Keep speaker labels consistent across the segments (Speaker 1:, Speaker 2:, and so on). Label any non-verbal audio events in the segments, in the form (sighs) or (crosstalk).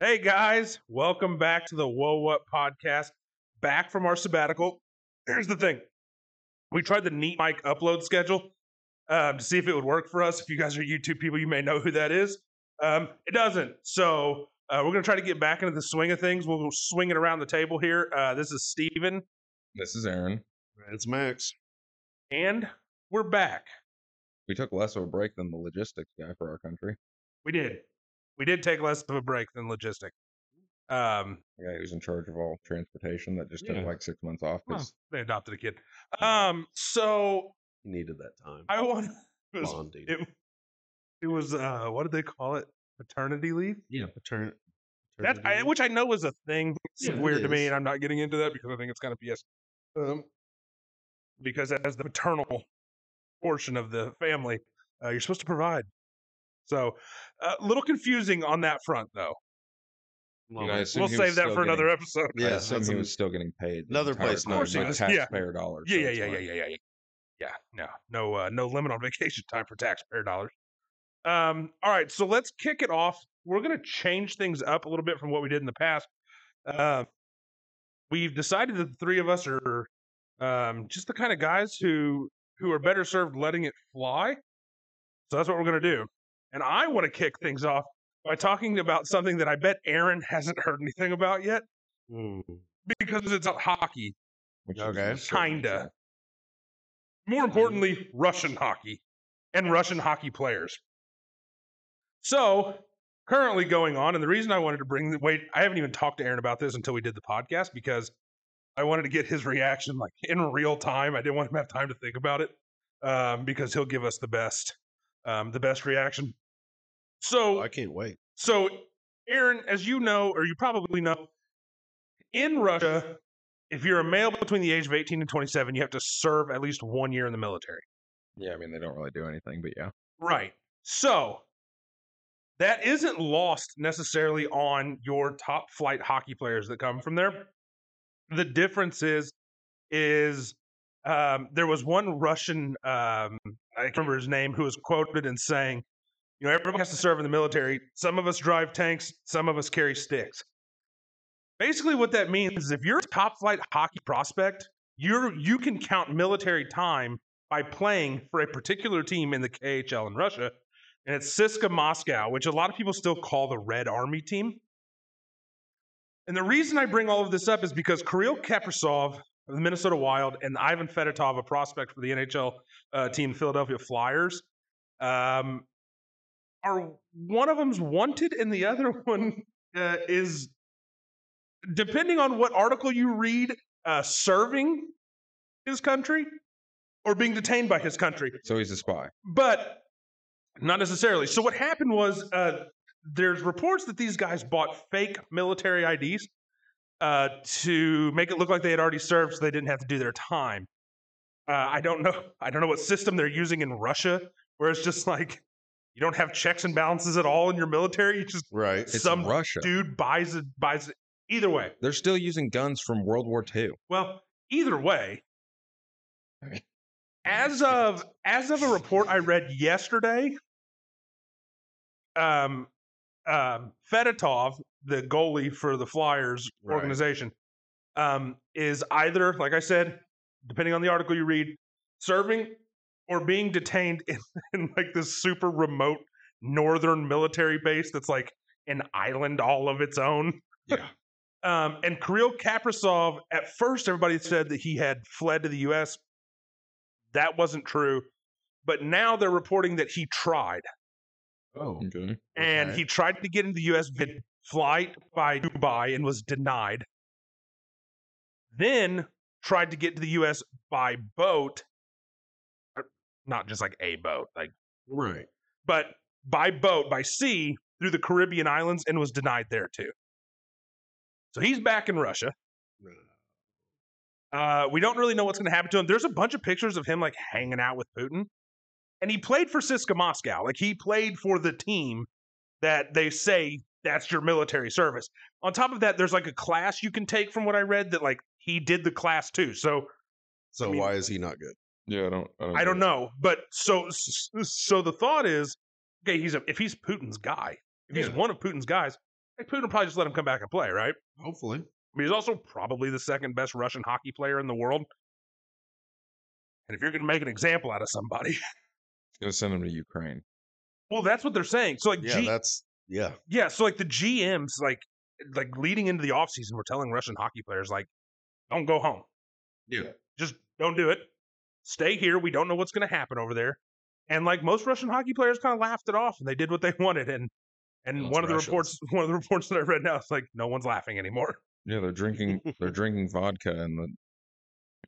Speaker 1: Hey guys, welcome back to the Whoa What podcast. Back from our sabbatical. Here's the thing: we tried the Neat Mic upload schedule um, to see if it would work for us. If you guys are YouTube people, you may know who that is. Um, it doesn't, so uh, we're gonna try to get back into the swing of things. We'll swing it around the table here. Uh, this is Steven,
Speaker 2: This is Aaron.
Speaker 3: It's Max.
Speaker 1: and we're back.
Speaker 2: We took less of a break than the logistics guy for our country.
Speaker 1: We did, we did take less of a break than logistic. Um,
Speaker 2: The guy who's in charge of all transportation that just
Speaker 3: Yeah.
Speaker 2: took like six months off because
Speaker 1: they adopted a kid.
Speaker 3: Mm.
Speaker 1: Um, so
Speaker 3: He needed that time.
Speaker 1: I want. (laughs) it was-
Speaker 3: Bonding.
Speaker 1: it, it was uh what did they call it paternity leave
Speaker 3: yeah, patern-
Speaker 1: that's I,
Speaker 3: paternity.
Speaker 1: which i know was a thing it's
Speaker 3: Yeah, it
Speaker 1: weird to me
Speaker 3: is.
Speaker 1: and i'm not getting into that because i think it's kind of bs um, because as the maternal portion of the family uh, you're supposed to provide so a little confusing on that front though
Speaker 3: Well,
Speaker 2: You guys- assume
Speaker 1: we'll
Speaker 2: he was
Speaker 1: save that
Speaker 2: still
Speaker 1: for another episode
Speaker 2: yeah, I
Speaker 3: yeah,
Speaker 2: assume
Speaker 3: that's
Speaker 2: he
Speaker 3: an-
Speaker 2: was still getting paid. the
Speaker 3: another
Speaker 2: entire
Speaker 3: place, no,
Speaker 2: time,
Speaker 1: of course he
Speaker 2: like
Speaker 1: was, yeah.
Speaker 2: taxpayer dollars.
Speaker 1: yeah
Speaker 2: so
Speaker 1: yeah
Speaker 2: it's
Speaker 1: yeah yeah
Speaker 2: fine.
Speaker 1: yeah yeah yeah yeah no no uh, no limit on (laughs) vacation time for taxpayer dollars um all right so let's kick it off we're going to change things up a little bit from what we did in the past uh, we've decided that the three of us are um just the kind of guys who who are better served letting it fly so that's what we're going to do and i want to kick things off by talking about something that i bet aaron hasn't heard anything about yet
Speaker 3: Mm.
Speaker 1: because it's not hockey
Speaker 2: Which
Speaker 3: Okay.
Speaker 2: is certainly
Speaker 1: Kinda.
Speaker 2: true.
Speaker 1: more importantly, Russian hockey and Russian hockey players. So, currently going on, and the reason I wanted to bring the wait, I haven't even talked to Aaron about this until we did the podcast because I wanted to get his reaction like in real time. I didn't want him to have time to think about it um, because he'll give us the best, um, the best reaction. So
Speaker 3: Oh, I can't wait.
Speaker 1: so, Aaron, as you know, or you probably know, in Russia, if you're a male between the age of 18 and 27, you have to serve at least one year in the military.
Speaker 2: Yeah, I mean they don't really do anything, but yeah.
Speaker 1: Right. So, that isn't lost necessarily on your top flight hockey players that come from there. The difference is, is um, there was one Russian, um, I can't remember his name, who was quoted in saying, you know, everybody has to serve in the military. Some of us drive tanks, some of us carry sticks. Basically, what that means is if you're a top flight hockey prospect, you're you can count military time by playing for a particular team in the KHL in Russia, and it's Siska Moscow, which a lot of people still call the Red Army team. And the reason I bring all of this up is because Kirill Kaprasov of the Minnesota Wild and Ivan Fedotov, a prospect for the NHL uh, team Philadelphia Flyers, um, are one of them's wanted and the other (laughs) one uh, is depending on what article you read uh, serving his country or being detained by his country
Speaker 2: So he's a spy.
Speaker 1: but not necessarily. So what happened was uh, there's reports that these guys bought fake military IDs uh, to make it look like they had already served, so they didn't have to do their time. Uh, I don't know. I don't know what system they're using in Russia, where it's just like you don't have checks and balances at all in your military. You just
Speaker 3: Right.
Speaker 2: It's
Speaker 1: Some
Speaker 2: Russia.
Speaker 1: dude buys it, buys it. Either way,
Speaker 2: They're still using guns from World War II.
Speaker 1: well, either way,
Speaker 2: I mean-
Speaker 1: as of as of a report I read yesterday, um, um, Fedotov, the goalie for the Flyers
Speaker 3: Right.
Speaker 1: organization, um, is either like I said, depending on the article you read, serving or being detained in, (laughs) in like this super remote northern military base that's like an island all of its own.
Speaker 3: Yeah.
Speaker 1: Um, and Kirill Kaprasov, at first, everybody said that he had fled to the U.S. That wasn't true, but now they're reporting that he tried,
Speaker 3: Oh.
Speaker 2: Okay.
Speaker 1: and
Speaker 3: Okay.
Speaker 1: he tried to get into the U.S. via flight by Dubai and was denied. Then tried to get to the U.S. by boat, uh, not just like a boat, like
Speaker 3: Right.
Speaker 1: but by boat, by sea, through the Caribbean islands and was denied there too. So he's back in Russia. Uh, we don't really know what's going to happen to him. There's a bunch of pictures of him like hanging out with Putin. And he played for Siska Moscow. Like he played for the team that they say that's your military service. On top of that, there's like a class you can take from what I read that like he did the class too. So
Speaker 3: So
Speaker 1: I mean-
Speaker 3: why is he not good?
Speaker 2: Yeah, I don't. I don't,
Speaker 1: I
Speaker 2: get
Speaker 1: don't
Speaker 2: it.
Speaker 1: know, but so so the thought is, okay, he's a, if he's Putin's guy, if he's
Speaker 3: Yeah.
Speaker 1: one of Putin's guys, Like Putin will probably just let him come back and play, right?
Speaker 3: Hopefully.
Speaker 1: I mean, he's also probably the second best Russian hockey player in the world. And if you're going to make an example out of somebody, (laughs)
Speaker 2: Gonna send him to Ukraine.
Speaker 1: well, that's what they're saying. So like,
Speaker 3: Yeah,
Speaker 1: G-
Speaker 3: that's yeah.
Speaker 1: yeah, so like the GMs, like like leading into the offseason, were telling Russian hockey players like, don't go home.
Speaker 3: Yeah.
Speaker 1: just don't do it. Stay here. We don't know what's going to happen over there. And like most Russian hockey players, kind of laughed it off and they did what they (laughs) wanted. And and
Speaker 3: Well, it's
Speaker 1: one of the
Speaker 3: Russians.
Speaker 1: reports, (laughs) one of the reports that I read now, it's like no one's laughing anymore.
Speaker 2: Yeah, they're drinking.
Speaker 1: (laughs)
Speaker 2: they're drinking vodka in the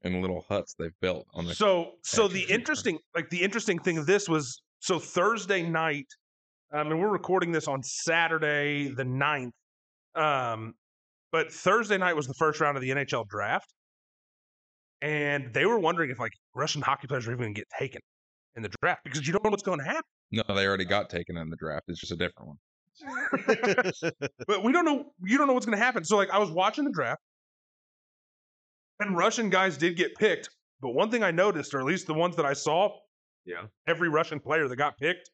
Speaker 2: in little huts they've built on the.
Speaker 1: So so the
Speaker 2: Actually, sure.
Speaker 1: interesting like the interesting thing of this was so Thursday night, um, and we're recording this on Saturday the 9th. Um, but Thursday night was the first round of the NHL draft. And they were wondering if like Russian hockey players were even going to get taken in the draft because you don't know what's going to happen.
Speaker 2: no, they already
Speaker 1: uh
Speaker 2: got taken in the draft. It's just a different one.
Speaker 1: (laughs) but we don't know you don't know what's going to happen so like i was watching the draft and russian guys did get picked but one thing i noticed or at least the ones that i saw
Speaker 3: Yeah.
Speaker 1: every russian player that got picked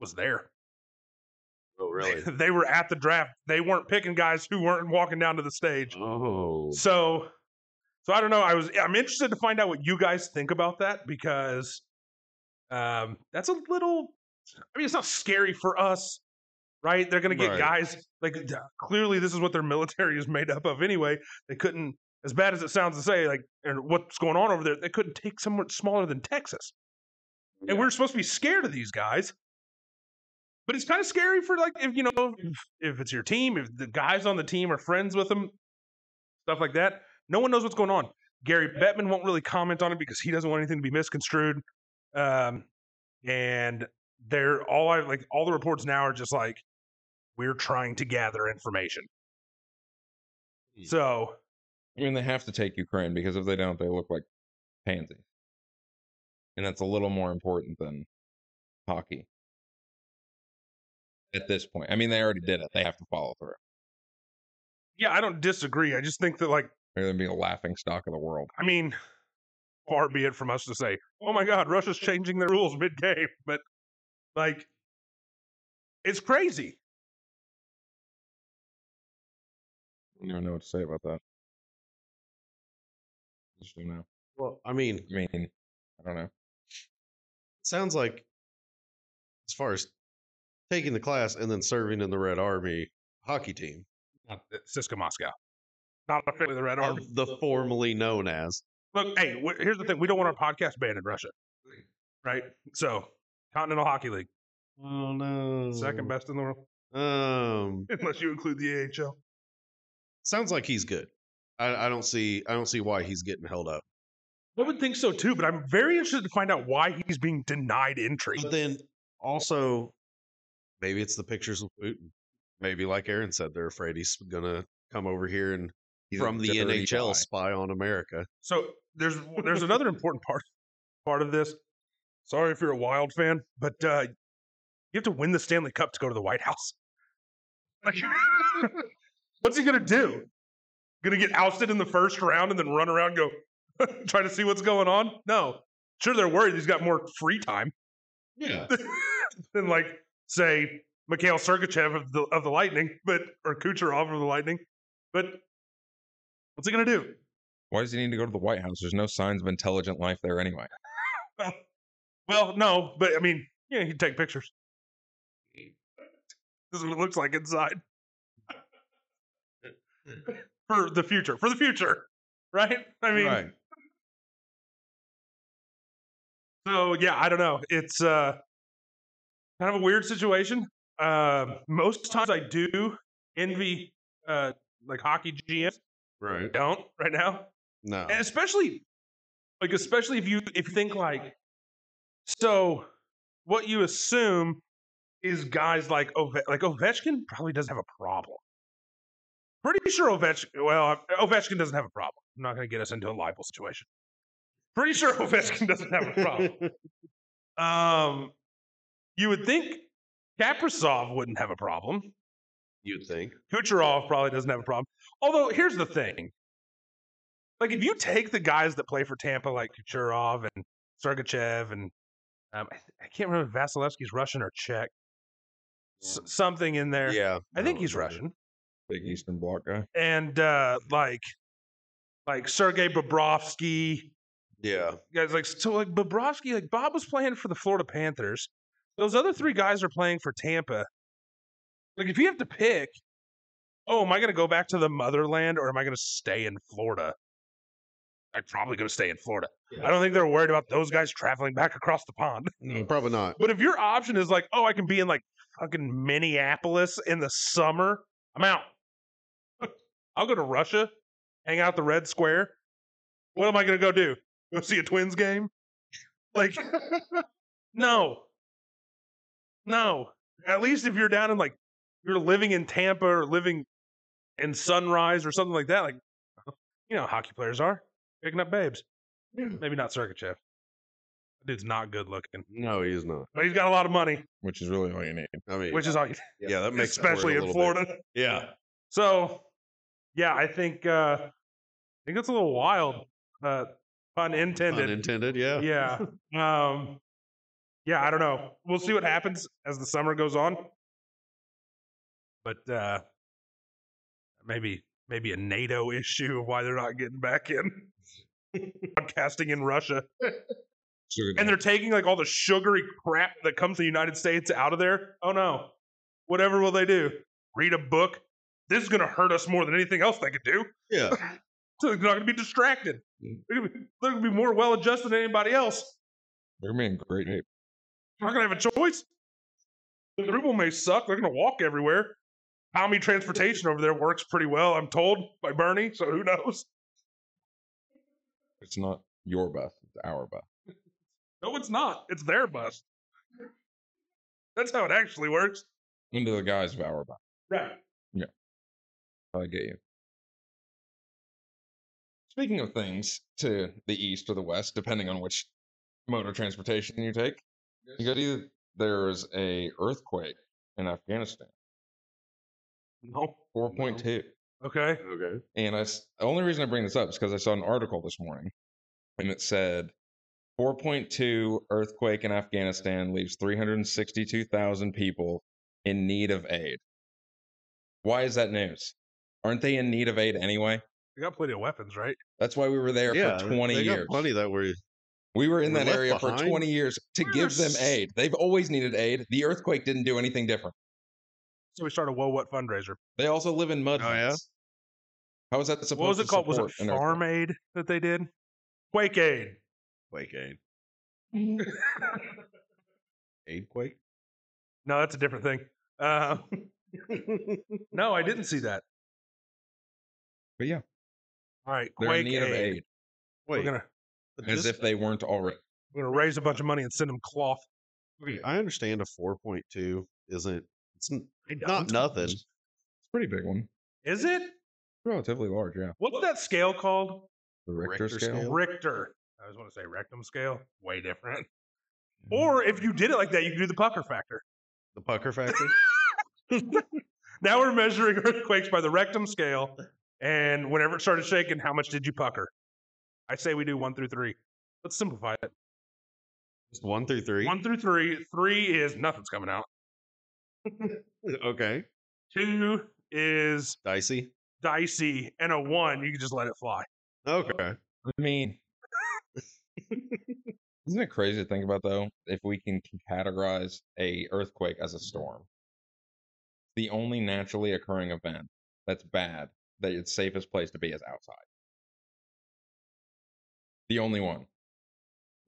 Speaker 1: was there
Speaker 3: oh really?
Speaker 1: (laughs) they were at the draft they weren't picking guys who weren't walking down to the stage
Speaker 3: Oh.
Speaker 1: so so i don't know i was i'm interested to find out what you guys think about that because um that's a little i mean it's not scary for us right they're gonna get
Speaker 2: Right.
Speaker 1: guys like d- clearly this is what their military (laughs) is made up of anyway they couldn't as bad as it sounds to say like and what's going on over there they couldn't take somewhere smaller than texas and we're supposed to be scared of these guys but it's kind of scary for like if you know if, if it's your team if the guys on the team are friends with them stuff like that no one knows what's going on gary bettman won't really comment on it because he doesn't want anything to be misconstrued um, and they're all i like all the reports now are just like we're trying to gather information
Speaker 3: Hmm.
Speaker 1: so
Speaker 2: I mean, they have to take Ukraine because if they don't, they look like pansies. And that's a little more important than hockey at this point. I mean, they already did it. They have to follow through.
Speaker 1: yeah i don't disagree i just think that like
Speaker 2: They're going to be a laughing stock of the world.
Speaker 1: I mean, far be it from us to say, oh my God, Russia's changing their rules mid game. But like, it's crazy.
Speaker 2: I don't even know what to say about that. Just don't know.
Speaker 3: well, I mean, it
Speaker 2: I mean, I don't know.
Speaker 3: sounds like as far as taking the class and then serving in the Red Army hockey team
Speaker 1: Not that- Uh, Cisco Moscow. Not a fit with the Red
Speaker 3: of
Speaker 1: Army.
Speaker 3: the formerly known as
Speaker 1: Look, hey, wh- here's the thing. We don't want our podcast banned in Russia. Right? So, Continental Hockey League,
Speaker 3: Oh no.
Speaker 1: second best in the world, (laughs)
Speaker 3: Um
Speaker 1: unless you include the AHL.
Speaker 3: sounds like he's good. I, I don't see I don't see why he's getting held up.
Speaker 1: I would think so too, but I'm very interested to find out why he's being denied entry.
Speaker 3: But then also, maybe it's the pictures of Putin. Maybe, like Aaron said, they're afraid he's gonna come over here and
Speaker 2: He's a
Speaker 3: from the
Speaker 2: dirty
Speaker 3: NHL
Speaker 2: guy.
Speaker 3: spy on America.
Speaker 1: So there's there's another important part part of this. Sorry if you're a Wild fan, but uh, you have to win the Stanley Cup to go to the White House. (laughs) Like, what's he gonna do? Gonna get ousted in the first round and then run around and go (laughs) try to see what's going on? No. Sure, they're worried he's got more free time
Speaker 3: Yeah,
Speaker 1: (laughs) than like say Mikhail Sergachev of the of the Lightning, but or Kucherov of the Lightning. But what's he gonna do?
Speaker 2: Why does he need to go to the White House? There's no signs of intelligent life there anyway.
Speaker 1: Well, no, but I mean, yeah, he'd take pictures. This is what it looks like inside. for the future. For the future. Right? I mean
Speaker 3: right.
Speaker 1: so yeah, I don't know. It's uh kind of a weird situation. Um most times I do envy uh like hockey GMs. I
Speaker 3: Right.
Speaker 1: don't right now.
Speaker 3: No.
Speaker 1: and especially like especially if you if you think like so what you assume is guys like Ove- like Ovechkin probably doesn't have a problem. Pretty sure Ovechkin well Ovechkin doesn't have a problem. I'm not going to get us into a libel situation. Pretty sure (laughs) Ovechkin doesn't have a problem. Um you would think Kaprasov wouldn't have a problem.
Speaker 3: You'd think.
Speaker 1: Kucherov probably doesn't have a problem. Although here's the thing. Like if you take the guys that play for Tampa, like Kucherov and Sergachev and um, I, I can't remember if Vasilevsky's Russian or Czech. S- something in there.
Speaker 3: Yeah,
Speaker 1: I think
Speaker 3: don't
Speaker 1: he's
Speaker 3: remember.
Speaker 1: Russian.
Speaker 2: Big Eastern Bloc guy.
Speaker 1: and uh, like like Sergei Bobrovsky.
Speaker 3: Yeah.
Speaker 1: Guys like so like Bobrovsky, like Bob was playing for the Florida Panthers. Those other three guys are playing for Tampa. Like if you have to pick, oh, am I gonna go back to the motherland or am I gonna stay in Florida? I'm probably gonna stay in Florida. I don't think they're worried about those guys traveling back across the pond.
Speaker 3: Mm, Probably not.
Speaker 1: But if your option is like, oh, I can be in like fucking Minneapolis in the summer, I'm out. (laughs) I'll go to Russia, hang out at the Red Square. What am I going to go do? Go see a Twins game? Like, no. No. At least if you're down in like, you're living in Tampa or living in Sunrise or something like that, like, (laughs) you know, how hockey players are picking up babes. Maybe not Sergachev. Dude's not good looking
Speaker 3: No, he's not.
Speaker 1: but he's got a lot of money,
Speaker 2: Which is really all you need.
Speaker 3: I mean,
Speaker 1: which is all, you-
Speaker 3: yeah, that makes up for it a
Speaker 1: especially in
Speaker 3: little bit.
Speaker 1: Florida.
Speaker 3: Yeah.
Speaker 1: So, yeah, I think uh, I think that's a little wild. Uh, pun intended.
Speaker 3: Unintended. Yeah.
Speaker 1: yeah. Um, yeah, I don't know. We'll see what happens as the summer goes on. But uh, maybe maybe a NATO issue of why they're not getting back in (laughs) broadcasting in Russia. and they're taking like all the sugary crap that comes to the United States out of there. Oh no. Whatever will they do? Read a book. This is gonna hurt us more than anything else they could do.
Speaker 3: Yeah.
Speaker 1: So they're not gonna be distracted. They're gonna be, they're gonna be more well adjusted than anybody else.
Speaker 2: They're being great shape.
Speaker 1: They're not gonna have a choice. The ruble may suck. They're gonna walk everywhere. Tommy transportation over there works pretty well, I'm told by Bernie. So who knows?
Speaker 2: It's not your bus, it's our bus.
Speaker 1: No, it's not. It's their bus. That's how it actually works.
Speaker 2: Into the guise of our bus.
Speaker 1: Right.
Speaker 2: I get you. Speaking of things to the east or the west, depending on which mode of transportation you take, you got either there's a earthquake in Afghanistan,
Speaker 1: No.
Speaker 2: four point two.
Speaker 1: Okay.
Speaker 3: Okay.
Speaker 2: And I, s- the only reason I bring this up is because I saw an article this morning and it said 4.2 earthquake in Afghanistan leaves 362,000 people in need of aid. Why is that news? Aren't they in need of aid anyway?
Speaker 1: They got plenty of weapons, right?
Speaker 2: That's why we were there
Speaker 3: yeah.
Speaker 2: for 20
Speaker 3: they got
Speaker 2: years.
Speaker 3: Plenty that were.
Speaker 2: We were in
Speaker 3: were
Speaker 2: that
Speaker 3: left
Speaker 2: area for
Speaker 3: behind?
Speaker 2: 20 years to
Speaker 1: Why are there
Speaker 2: give them
Speaker 1: s-
Speaker 2: aid. They've always needed aid. The earthquake didn't do anything different.
Speaker 1: So we started a Whoa What fundraiser.
Speaker 2: They also live in mud.
Speaker 3: Oh, yeah?
Speaker 2: huts. How is that supposed
Speaker 1: What was it
Speaker 2: to
Speaker 1: called? Was it
Speaker 2: support an earthquake?
Speaker 1: Farm Aid that they did? Quake Aid.
Speaker 3: Quake aid.
Speaker 1: Mm-hmm.
Speaker 3: (laughs) Aid quake.
Speaker 1: No, that's a different thing. Uh, (laughs) no, I didn't see that.
Speaker 2: But yeah,
Speaker 1: All right,
Speaker 2: they're
Speaker 1: Quake
Speaker 2: in need
Speaker 1: Aid.
Speaker 2: of aid.
Speaker 1: We're
Speaker 3: Wait.
Speaker 1: gonna
Speaker 3: but
Speaker 2: as
Speaker 3: this-
Speaker 2: if they weren't already.
Speaker 1: we're gonna raise a bunch of money and send them cloth. (laughs)
Speaker 3: okay, I understand a four point two isn't. It's n-
Speaker 1: I
Speaker 3: not
Speaker 1: don't.
Speaker 3: nothing.
Speaker 2: It's a pretty big one.
Speaker 1: Is it?
Speaker 2: Relatively large, yeah.
Speaker 1: What's that scale called?
Speaker 2: The Richter,
Speaker 3: Richter
Speaker 2: scale.
Speaker 3: scale?
Speaker 1: Richter. I was want to say rectum scale. Way different.
Speaker 2: Mm-hmm.
Speaker 1: Or if you did it like that, you could do the pucker factor.
Speaker 3: The pucker factor.
Speaker 1: Now we're measuring earthquakes by the rectum scale, and whenever it started shaking, how much did you pucker? I say we do one through three. Let's simplify it.
Speaker 3: Just one through three.
Speaker 1: One through three. Three is nothing's coming out.
Speaker 3: Okay.
Speaker 1: Two is
Speaker 3: Dicey.
Speaker 1: dicey, and a one you can just let it fly.
Speaker 3: Okay.
Speaker 2: I
Speaker 1: (laughs)
Speaker 2: mean, isn't it crazy to think about though? If we can c- categorize a earthquake as a
Speaker 1: Mm-hmm.
Speaker 2: storm, the only naturally occurring event that's bad that its safest place to be is outside. The only one.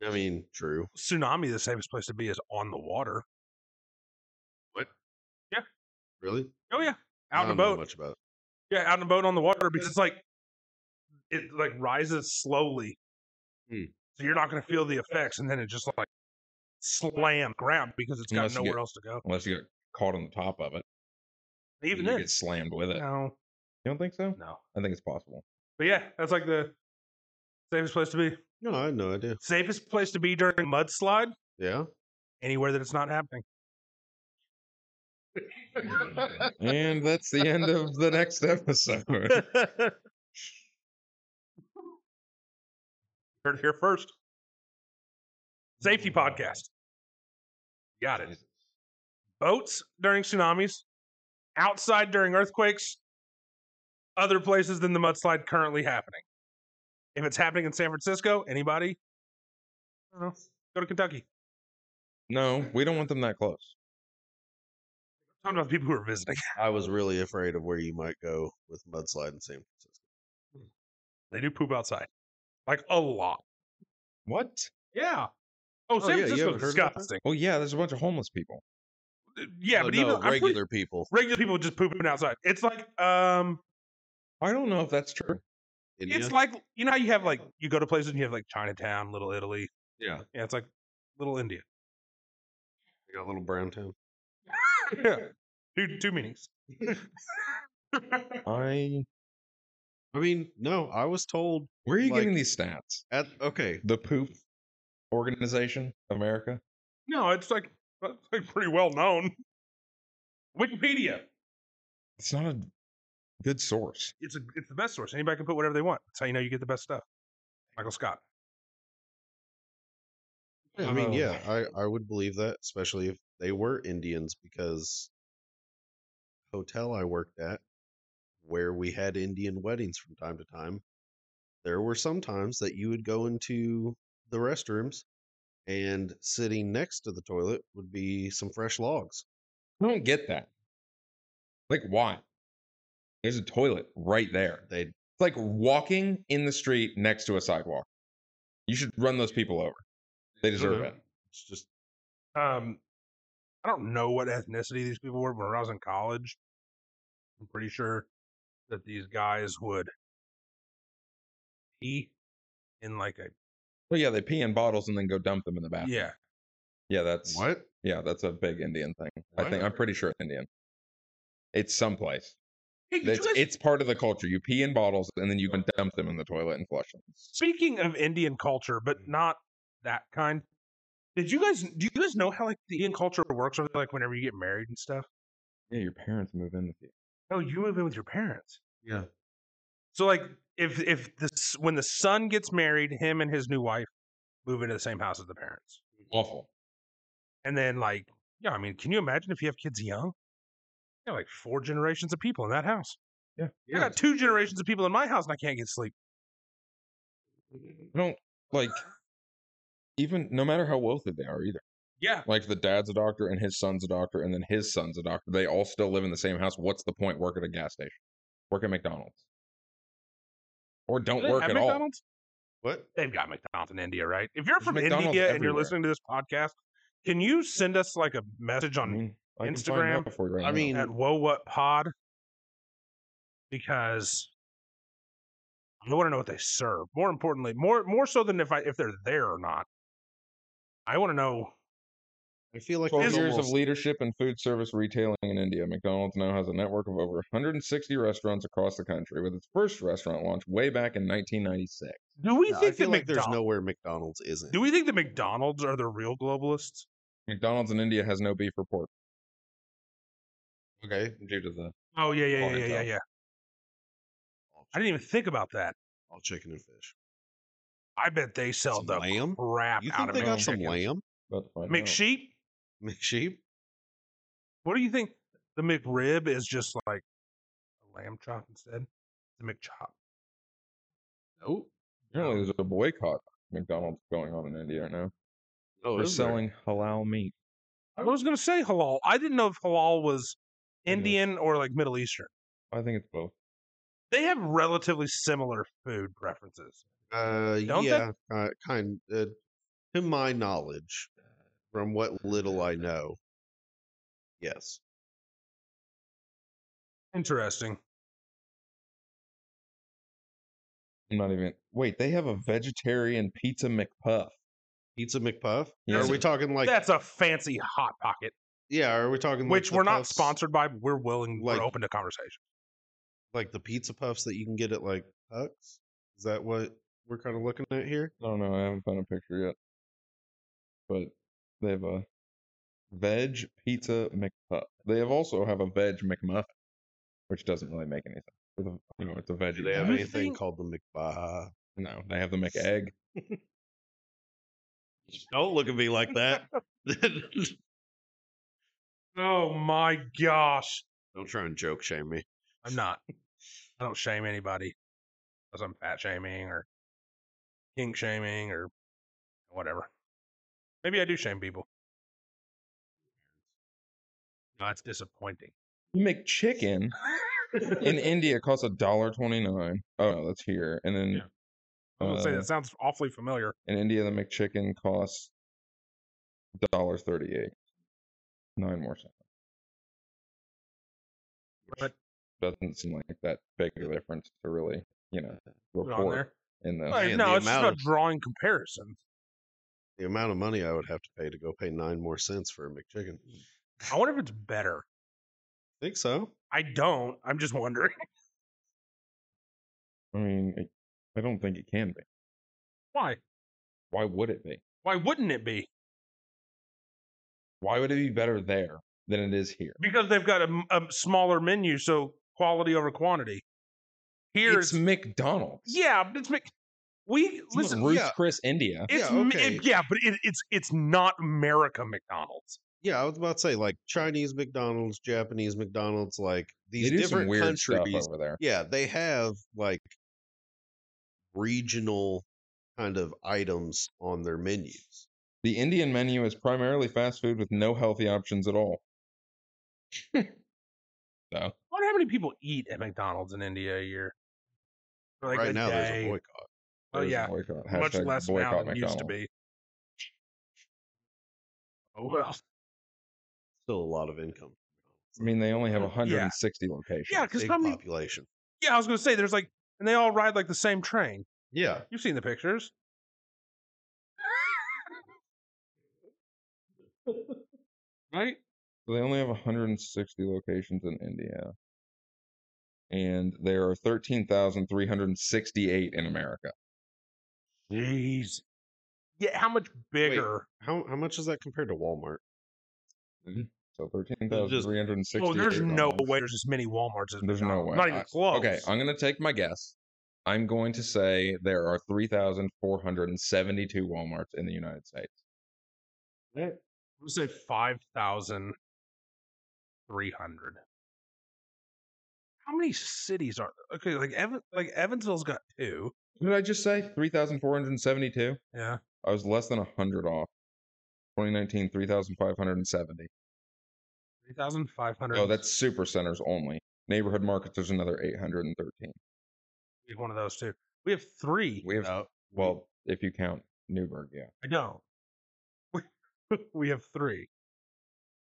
Speaker 3: I mean, true.
Speaker 1: Tsunami, the safest place to be is on the water.
Speaker 3: Really?
Speaker 1: Oh yeah,
Speaker 3: I
Speaker 1: out in a
Speaker 3: don't know
Speaker 1: boat.
Speaker 3: much about.
Speaker 1: Yeah, out in a boat on the water because it's like it like rises slowly,
Speaker 3: Hmm.
Speaker 1: so you're not going to feel the effects, and then it just like slam ground because it's got
Speaker 2: Unless you
Speaker 1: nowhere
Speaker 2: get-
Speaker 1: else to go.
Speaker 2: Unless you get caught on the top of it,
Speaker 1: Even
Speaker 2: you
Speaker 1: then,
Speaker 2: get slammed with it.
Speaker 1: no,
Speaker 2: You don't think so?
Speaker 1: no.
Speaker 2: I think it's
Speaker 1: (laughs)
Speaker 2: possible.
Speaker 1: But yeah, that's like the safest place to be.
Speaker 3: No, I had no idea.
Speaker 1: Safest place to be during a mudslide
Speaker 3: Yeah.
Speaker 1: anywhere that it's not happening.
Speaker 2: and that's the end of the next (laughs) episode.
Speaker 1: (laughs) Heard it here first. Safety podcast. Got it. Boats during tsunamis, outside during earthquakes, other places than the mudslide currently happening. If it's happening in San Francisco, anybody? I don't know. Go to Kentucky.
Speaker 2: No, we don't want them that close.
Speaker 1: I'm talking about the people who are visiting. (laughs)
Speaker 3: I was really afraid of where you might go with mudslide in San Francisco.
Speaker 1: They do poop outside, like a lot.
Speaker 2: What?
Speaker 1: Yeah. Oh, San
Speaker 3: yeah, you
Speaker 1: Francisco
Speaker 3: haven't
Speaker 1: is
Speaker 3: heard about that?
Speaker 1: disgusting.
Speaker 2: Well, yeah, there's a bunch of homeless people.
Speaker 1: Yeah,
Speaker 3: No,
Speaker 1: but
Speaker 3: Oh, no,
Speaker 1: even I'm pretty-
Speaker 3: regular people.
Speaker 1: regular people just pooping outside. It's like um,
Speaker 2: I don't know if that's true.
Speaker 3: India?
Speaker 1: it's like you know how you have like you go to places and you have like Chinatown, Little Italy.
Speaker 3: yeah,
Speaker 1: Yeah, it's like Little
Speaker 3: (laughs)
Speaker 1: India.
Speaker 3: I got a little brown town.
Speaker 1: yeah, two two meanings.
Speaker 2: I.
Speaker 3: I mean, no, I was told
Speaker 2: Where are you
Speaker 3: Like-
Speaker 2: getting these stats?
Speaker 3: at okay.
Speaker 2: The Poop Organization of America.
Speaker 1: no, it's like it's like pretty well known. Wikipedia.
Speaker 2: It's not a good source.
Speaker 1: It's a, it's the best source. Anybody can put whatever they want. That's how you know you get the best stuff. Michael Scott.
Speaker 3: I mean,
Speaker 2: Oh.
Speaker 3: yeah, I I would believe that, especially if they were Indians, because hotel I worked at where we had Indian weddings from time to time, there were some times that you would go into the restrooms and sitting next to the toilet would be some fresh logs.
Speaker 2: I don't get that. Like, why? There's a toilet right there. It's
Speaker 3: They
Speaker 2: like walking in the street next to a sidewalk. You should run those people over. They
Speaker 3: Mm-hmm.
Speaker 2: deserve it.
Speaker 3: It's just
Speaker 1: Um, I don't know what ethnicity these people were, but when I was in college, I'm pretty sure that these guys would pee in like a
Speaker 2: Well, yeah, they pee in bottles and then go dump them in the bathroom.
Speaker 1: yeah.
Speaker 2: Yeah, that's
Speaker 3: what?
Speaker 2: yeah, that's a big Indian thing. I
Speaker 3: What?
Speaker 2: think I'm pretty sure it's Indian. It's someplace.
Speaker 1: (laughs) Hey, did you
Speaker 2: It's,
Speaker 1: guys-
Speaker 2: it's part of the culture. You pee in bottles and then you can dump them in the toilet and flush them.
Speaker 1: speaking of Indian culture,
Speaker 2: Mm.
Speaker 1: but not that kind. Did you guys do you guys know how like the Indian culture works? Or like whenever you get married and stuff?
Speaker 2: Yeah, your parents move in with you.
Speaker 1: No, you move in with your parents.
Speaker 3: Yeah.
Speaker 1: So like if if this when the son gets married, him and his new wife move into the same house as the parents.
Speaker 2: Awful.
Speaker 1: And then like, yeah, I mean, can you imagine if you have kids young? Yeah, like four generations of people in that house. I got two generations of people in my house and I can't get sleep.
Speaker 2: I don't like even no matter how wealthy they are either.
Speaker 1: Yeah.
Speaker 2: Like the dad's a doctor and his son's a doctor and then his son's a doctor. They all still live in the same house. What's the point? Work at a gas station. Work at McDonald's. Or
Speaker 1: Do
Speaker 2: don't
Speaker 1: they
Speaker 2: work
Speaker 1: have
Speaker 2: at all.
Speaker 1: McDonald's?
Speaker 3: What?
Speaker 1: They've got McDonald's in India, right? If you're
Speaker 2: There's
Speaker 1: from
Speaker 2: McDonald's
Speaker 1: India and you're
Speaker 2: everywhere.
Speaker 1: listening to this podcast, can you send us like a message on
Speaker 3: Mm,
Speaker 2: mean, I can find
Speaker 1: Instagram.
Speaker 2: out for you right
Speaker 3: I
Speaker 2: now.
Speaker 3: mean,
Speaker 1: at Whoa What Pod? Because I want to know what they serve. More importantly, more more so than if I if they're there or not. I want to know
Speaker 3: I feel like
Speaker 2: 12
Speaker 3: there's
Speaker 2: years of
Speaker 3: almost-
Speaker 2: leadership in food service retailing in India, McDonald's now has a network of over 160 restaurants across the country, with its first restaurant launch way back in 1996.
Speaker 1: do we
Speaker 3: Yeah, I
Speaker 1: think that
Speaker 3: feel like there's
Speaker 1: McDonald's
Speaker 3: nowhere McDonald's isn't.
Speaker 1: Do we think that McDonald's are the real globalists?
Speaker 2: McDonald's in India has no beef or pork
Speaker 3: okay.
Speaker 2: due to the.
Speaker 1: Oh yeah, yeah,
Speaker 2: On
Speaker 1: yeah, yeah, yeah,
Speaker 2: Intel.
Speaker 1: yeah.
Speaker 3: All
Speaker 1: I didn't even think about that.
Speaker 3: all chicken and fish.
Speaker 1: I bet they sell
Speaker 3: Some
Speaker 1: the
Speaker 3: lamb?
Speaker 1: crap
Speaker 3: You
Speaker 1: out
Speaker 3: think
Speaker 1: of
Speaker 3: they got
Speaker 1: McChickens.
Speaker 3: some lamb? (laughs)
Speaker 2: About to find out.
Speaker 1: McSheep.
Speaker 3: McSheep?
Speaker 1: What do you think? The McRib is just like a lamb chop instead. The McChop.
Speaker 3: Nope.
Speaker 2: Apparently, there's a boycott of McDonald's going on in India right now.
Speaker 3: Oh,
Speaker 2: They're selling halal meat.
Speaker 1: I was gonna say halal. I didn't know if halal was
Speaker 2: It is.
Speaker 1: Indian or like Middle Eastern.
Speaker 2: I think it's both.
Speaker 1: They have relatively similar food preferences.
Speaker 3: Uh,
Speaker 1: Don't they?
Speaker 3: yeah, uh, kind. Uh, to my knowledge, from what little I know, yes.
Speaker 1: Interesting.
Speaker 2: I'm not even. Wait, they have a vegetarian pizza McPuff.
Speaker 3: Pizza McPuff.
Speaker 2: Yeah.
Speaker 3: Are we talking like?
Speaker 1: That's a fancy hot pocket,
Speaker 3: yeah. Are we talking? like
Speaker 1: which
Speaker 3: the
Speaker 1: we're not
Speaker 3: puffs-
Speaker 1: sponsored by. But we're willing.
Speaker 3: like-
Speaker 1: we're open to conversation.
Speaker 3: Like the pizza puffs that you can get at like Huck's. Is that what we're kind of looking at here?
Speaker 2: I don't know. I haven't found a picture yet. But they have a veg pizza McPuff. They have also have a veg McMuffin, which doesn't really make any sense. With a- You know, it's a veggie.
Speaker 3: Do they have
Speaker 1: You
Speaker 3: anything
Speaker 1: think-
Speaker 3: called the McBah?
Speaker 2: No, they have the McEgg.
Speaker 3: Don't look at me like that. (laughs) Don't
Speaker 1: Oh my gosh.
Speaker 3: try and joke shame me.
Speaker 1: I'm not. I don't shame anybody because I'm fat shaming or kink shaming or whatever. Maybe I do shame people. No, it's disappointing.
Speaker 2: You make chicken in India costs a dollar twenty nine. Oh no, that's here. And then
Speaker 1: Yeah. I was gonna say
Speaker 2: uh,
Speaker 1: that sounds awfully familiar.
Speaker 2: in India the McChicken costs dollar thirty eight. Nine more cents.
Speaker 1: But
Speaker 2: Doesn't seem like that big of a difference to really, you know,
Speaker 1: put it on
Speaker 2: report
Speaker 1: there.
Speaker 2: in the
Speaker 1: Like,
Speaker 3: man,
Speaker 1: no,
Speaker 3: the
Speaker 1: it's just
Speaker 3: amount
Speaker 1: not
Speaker 3: of-
Speaker 1: drawing comparisons.
Speaker 3: The amount of money I would have to pay to go pay nine more cents for a McChicken.
Speaker 1: I wonder if it's better.
Speaker 3: Think so?
Speaker 1: I don't. I'm just (laughs) wondering.
Speaker 2: I mean it, I don't think it can be.
Speaker 1: Why?
Speaker 2: Why would it be?
Speaker 1: Why wouldn't it be?
Speaker 2: Why would it be better there than it is here?
Speaker 1: Because they've got a, m- a smaller menu, so quality over quantity. Here
Speaker 2: it's
Speaker 1: it's-
Speaker 2: McDonald's.
Speaker 1: yeah, but it's Mc- we
Speaker 2: It's not
Speaker 1: listen.
Speaker 2: Ruth's
Speaker 3: yeah.
Speaker 2: Chris India.
Speaker 1: It's
Speaker 3: Yeah,
Speaker 1: m-
Speaker 3: okay.
Speaker 1: it- yeah, but it, it's it's not America McDonald's.
Speaker 3: Yeah, I was about to say like Chinese McDonald's, Japanese McDonald's, like these
Speaker 2: they do
Speaker 3: different
Speaker 2: some weird
Speaker 3: countries.
Speaker 2: stuff over there.
Speaker 3: Yeah, they have like regional kind of items on their menus.
Speaker 2: The Indian menu is primarily fast food with no healthy options at all. so
Speaker 1: I wonder how many people eat at McDonald's in India a year. For, like,
Speaker 3: right
Speaker 1: a
Speaker 3: now, there's
Speaker 1: day.
Speaker 3: a boycott.
Speaker 1: Oh
Speaker 2: there's a
Speaker 1: yeah,
Speaker 2: boycott.
Speaker 1: much
Speaker 2: Hashtag
Speaker 1: less now
Speaker 2: boycott
Speaker 1: than it used to
Speaker 2: McDonald's.
Speaker 1: be. Oh well,
Speaker 3: Still a lot of income.
Speaker 2: I mean, they only have
Speaker 1: Yeah.
Speaker 2: 160 locations.
Speaker 1: yeah, because
Speaker 3: Big
Speaker 1: how many?
Speaker 3: population.
Speaker 1: Yeah, I was gonna say there's like, and they all ride like the same train.
Speaker 3: Yeah,
Speaker 1: You've seen the pictures. right?
Speaker 2: So they only have 160 locations in India, and there are 13,368 in America.
Speaker 1: Jeez. Yeah, how much bigger?
Speaker 3: how how much is that compared to Walmart?
Speaker 1: Mm-hmm.
Speaker 2: So 13,368.
Speaker 1: Well, Oh, there's no
Speaker 2: McDonald's.
Speaker 1: way there's as many WalMarts as
Speaker 2: There's no
Speaker 1: McDonald's.
Speaker 2: way.
Speaker 1: Not even
Speaker 2: I-
Speaker 1: close.
Speaker 2: Okay, I'm going to take my guess. I'm going to say there are 3,472 Walmarts in the United States.
Speaker 1: I'm gonna say five thousand three hundred. How many cities are okay? Like Evan, like Evansville's got two.
Speaker 2: What did I just say? 3,472?
Speaker 1: Yeah,
Speaker 2: I was less than 100 off. 2019, 3,570.
Speaker 1: three thousand five hundred.
Speaker 2: Oh, that's super centers only. Neighborhood markets, there's another 813.
Speaker 1: we have one of those too. We have three.
Speaker 2: We have,
Speaker 1: though.
Speaker 2: well, if you count Newburgh, yeah.
Speaker 1: I don't. (laughs) We, we have three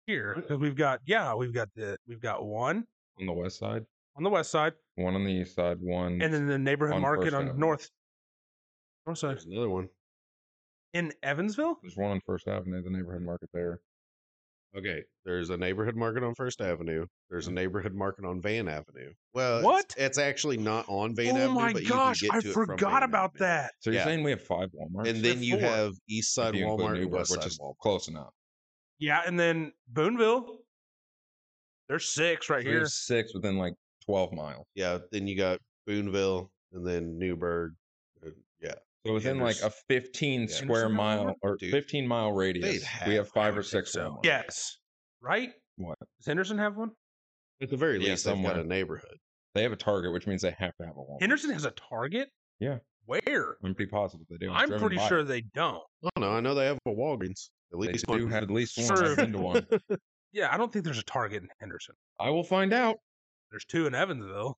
Speaker 1: here because we've got yeah we've got the we've got one
Speaker 2: On the west side,
Speaker 1: on the west side
Speaker 2: one on the east side, Mm, one.
Speaker 1: and then the neighborhood
Speaker 2: On First
Speaker 1: market on
Speaker 2: Avenue.
Speaker 1: north north side
Speaker 3: There's another one.
Speaker 1: in Evansville.
Speaker 2: there's one on First Avenue, the neighborhood market there.
Speaker 3: Okay, there's a neighborhood market on First Avenue. There's a neighborhood market on Van Avenue. Well, it's-
Speaker 1: Mm. What?
Speaker 3: It's, actually not on Van
Speaker 1: oh
Speaker 3: Avenue.
Speaker 1: my
Speaker 3: but
Speaker 1: gosh,
Speaker 3: you can
Speaker 1: I
Speaker 3: get to it from
Speaker 1: forgot
Speaker 3: Van
Speaker 1: about
Speaker 3: Avenue.
Speaker 1: that.
Speaker 2: So you're
Speaker 3: Yeah.
Speaker 2: saying we have five Walmarts?
Speaker 3: And then you
Speaker 1: four.
Speaker 3: have East Side
Speaker 2: if you include
Speaker 3: Walmart and
Speaker 2: Newburgh,
Speaker 3: West Side
Speaker 2: which is
Speaker 3: Walmart.
Speaker 2: close enough.
Speaker 1: Yeah, and then Boonville. There's six right
Speaker 2: So
Speaker 1: here.
Speaker 2: There's six within like 12 miles.
Speaker 3: Yeah, then you got Boonville and then Newburgh. and- Yeah,
Speaker 2: So within like a
Speaker 3: Anders-
Speaker 2: 15
Speaker 3: Yeah.
Speaker 2: square
Speaker 1: Anderson Boulevard?
Speaker 2: mile or
Speaker 3: Dude,
Speaker 2: 15 mile radius, we
Speaker 3: have-
Speaker 2: have five
Speaker 3: would
Speaker 2: or
Speaker 3: think
Speaker 2: six
Speaker 3: so.
Speaker 2: Walmarts.
Speaker 1: Yes. Right?
Speaker 2: What?
Speaker 1: Does Henderson have one?
Speaker 3: at the very
Speaker 2: Yeah,
Speaker 3: least, they've got
Speaker 2: somewhere.
Speaker 3: a neighborhood.
Speaker 2: They have a Target, which means they have to have a Walmart.
Speaker 1: Henderson has a Target?
Speaker 2: Yeah.
Speaker 1: Where?
Speaker 2: I'm pretty positive they do. I've
Speaker 1: I'm
Speaker 2: driven
Speaker 1: pretty
Speaker 2: by
Speaker 1: sure
Speaker 2: it.
Speaker 1: they don't.
Speaker 3: Oh no, I know they have a Walgreens. At
Speaker 2: they
Speaker 3: least
Speaker 2: do
Speaker 3: one.
Speaker 2: have at least one.
Speaker 1: Sure.
Speaker 2: I've been to
Speaker 1: (laughs)
Speaker 2: one.
Speaker 1: Yeah, I don't think there's a Target in Henderson.
Speaker 2: I will find out.
Speaker 1: There's two in Evansville,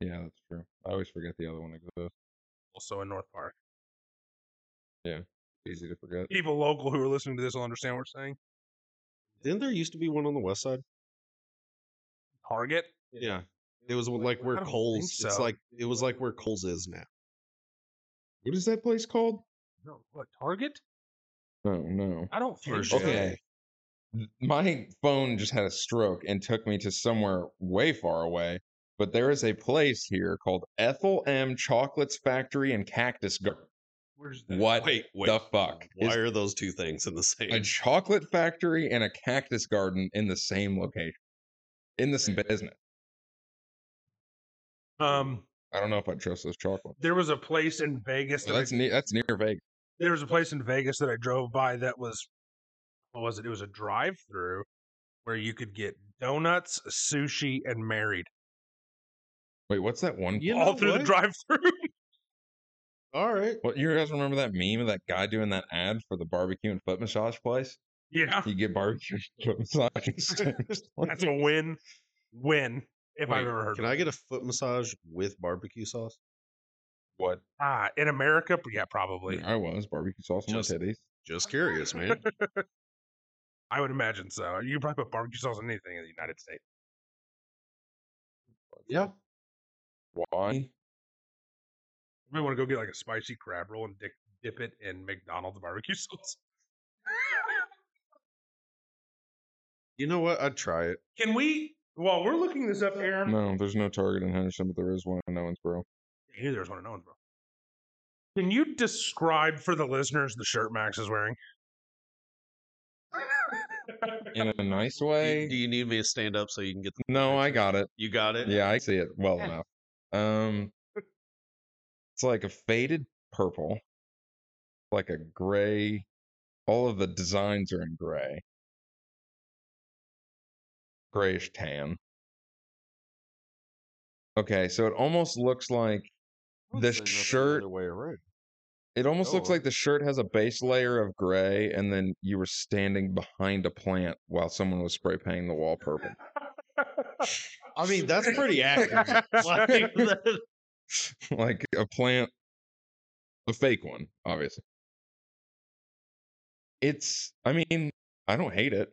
Speaker 2: Yeah, that's true. I always forget the other one exists.
Speaker 1: also in North Park.
Speaker 2: Easy to forget.
Speaker 1: People local who are listening to this will understand what we're saying.
Speaker 3: Didn't there used to be one on the West Side?
Speaker 1: Target?
Speaker 3: Yeah, it was like
Speaker 1: I
Speaker 3: where
Speaker 1: don't think
Speaker 3: Coles. It's
Speaker 1: so.
Speaker 3: like it was like where Coles is now.
Speaker 2: What is that place called?
Speaker 1: No, what, Target?
Speaker 2: No, no.
Speaker 1: I don't think so.
Speaker 3: Target.
Speaker 2: Okay. Th- My phone just had a stroke and took me to somewhere way far away. But there is a place here called Ethel M. Chocolates Factory and Cactus Garden.
Speaker 1: Where's that?
Speaker 2: What
Speaker 3: Wait, wait.
Speaker 2: the fuck?
Speaker 3: Why
Speaker 2: is
Speaker 3: are those two things in the same?
Speaker 2: a chocolate factory and a cactus garden in the same location? In the same business.
Speaker 1: Um,
Speaker 2: I don't know if I trust those chocolates.
Speaker 1: there was a place in Vegas that I
Speaker 2: that's near that's near Vegas.
Speaker 1: there was a place in Vegas that I drove by that was what was it? It was a drive through where you could get donuts, sushi, and married.
Speaker 2: Wait, what's that one?
Speaker 3: You
Speaker 1: all
Speaker 3: know
Speaker 1: through the
Speaker 3: what?
Speaker 1: drive-through.
Speaker 3: (laughs)
Speaker 1: (laughs)
Speaker 3: All right.
Speaker 2: What you guys remember that meme of that guy doing that ad for the barbecue and foot massage place?
Speaker 1: yeah,
Speaker 2: You get barbecue and foot massage.
Speaker 3: (laughs)
Speaker 2: instead of-
Speaker 1: that's a win, win. If I've
Speaker 2: Wait,
Speaker 1: ever heard.
Speaker 3: Can
Speaker 1: of
Speaker 3: I
Speaker 1: it.
Speaker 3: get a foot massage with barbecue sauce?
Speaker 2: what
Speaker 1: ah in America? Yeah, probably.
Speaker 2: I was barbecue sauce on my
Speaker 3: Just-
Speaker 2: titties.
Speaker 3: Just
Speaker 2: (laughs)
Speaker 3: curious, man.
Speaker 1: I would imagine so. You can probably put barbecue sauce on anything in the United States.
Speaker 3: yeah.
Speaker 2: Why?
Speaker 1: You might want to go get like a spicy crab roll and dip, dip it in McDonald's barbecue (laughs) sauce.
Speaker 3: You know what? I'd try it.
Speaker 1: Can we? While we're looking this up, Aaron.
Speaker 2: No, there's no Target in Henderson, but there is one in Owensboro.
Speaker 1: You knew there was one in Owensboro. Can you describe for the listeners the shirt Max is wearing?
Speaker 2: In a nice
Speaker 3: Do
Speaker 2: way.
Speaker 3: you, do you need me to stand up so you can get the
Speaker 2: No, I got it.
Speaker 3: You got it?
Speaker 2: Yeah, I see it well
Speaker 1: Yeah.
Speaker 2: enough. Um, it's like a faded purple, like a gray. All of the designs are in gray, grayish tan. Okay, so it almost looks like
Speaker 3: I would
Speaker 2: the
Speaker 3: say nothing
Speaker 2: shirt-
Speaker 3: other way around.
Speaker 2: it almost looks
Speaker 3: Oh.
Speaker 2: like the shirt has a base layer of gray, and then you were standing behind a plant while someone was spray painting the wall purple.
Speaker 3: I mean, that's (laughs) pretty accurate. (laughs) Like, that-
Speaker 2: (laughs) like a plant, a fake one, obviously. It's, I mean, I don't hate it.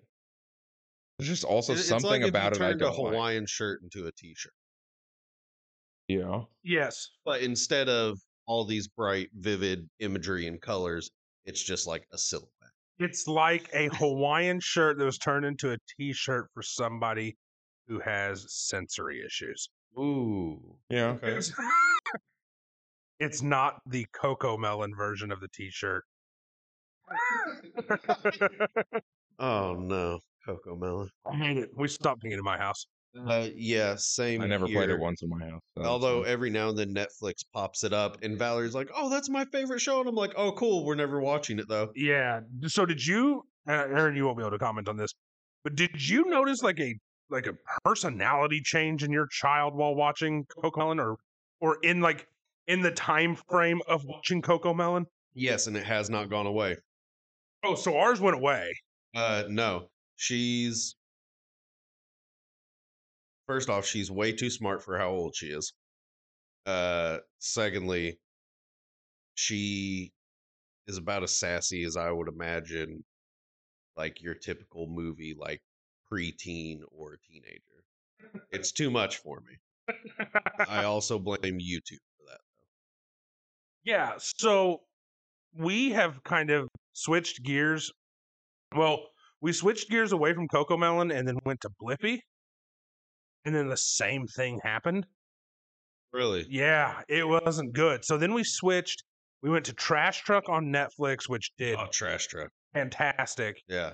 Speaker 2: There's just also
Speaker 3: it- it's like
Speaker 2: something
Speaker 3: if you
Speaker 2: about it I
Speaker 3: turned
Speaker 2: don't
Speaker 3: a Hawaiian shirt into a t-shirt,
Speaker 2: like. Yeah.
Speaker 1: (laughs) yes.
Speaker 3: but instead of all these bright, vivid imagery and colors, it's just like a silhouette.
Speaker 1: It's like a Hawaiian shirt that was turned into a t shirt for somebody who has sensory issues.
Speaker 3: Ooh. (laughs)
Speaker 2: Yeah.
Speaker 3: Okay.
Speaker 1: It's not the cocoa melon version of the t (laughs) shirt.
Speaker 3: Oh no, Coco Melon.
Speaker 1: I hate it. We stopped being in my house.
Speaker 3: Uh, yeah,
Speaker 2: (laughs)
Speaker 3: same.
Speaker 2: I never played
Speaker 3: here.
Speaker 2: it once in my house. so that's
Speaker 3: Although
Speaker 2: fine.
Speaker 3: every now and then Netflix pops it up, and Valerie's like, "Oh, that's my favorite show," and I'm like, "Oh, cool. We're never watching it though."
Speaker 1: Yeah. d- So did you, uh, Aaron? You won't be able to comment on this, but did you notice like a like a personality change in your child while watching Coco Melon, or or in like in the time frame of watching Coco Melon?
Speaker 3: Yes, and it has not gone away.
Speaker 1: Oh, so ours went away.
Speaker 3: Uh, no, she's first off, she's way too smart for how old she is. Uh, secondly, she is about as sassy as I would imagine, like your typical movie, like preteen or teenager. It's too much for me. I also blame YouTube for that.
Speaker 1: (laughs) Yeah, so we have kind of switched gears. Well, we switched gears away from Coco Melon and then went to Blippi. And then the same thing happened.
Speaker 3: Really?
Speaker 1: Yeah, it wasn't good. So then we switched. We went to Trash Truck on Netflix, which did
Speaker 3: Oh, trash truck.
Speaker 1: fantastic.
Speaker 3: Yeah.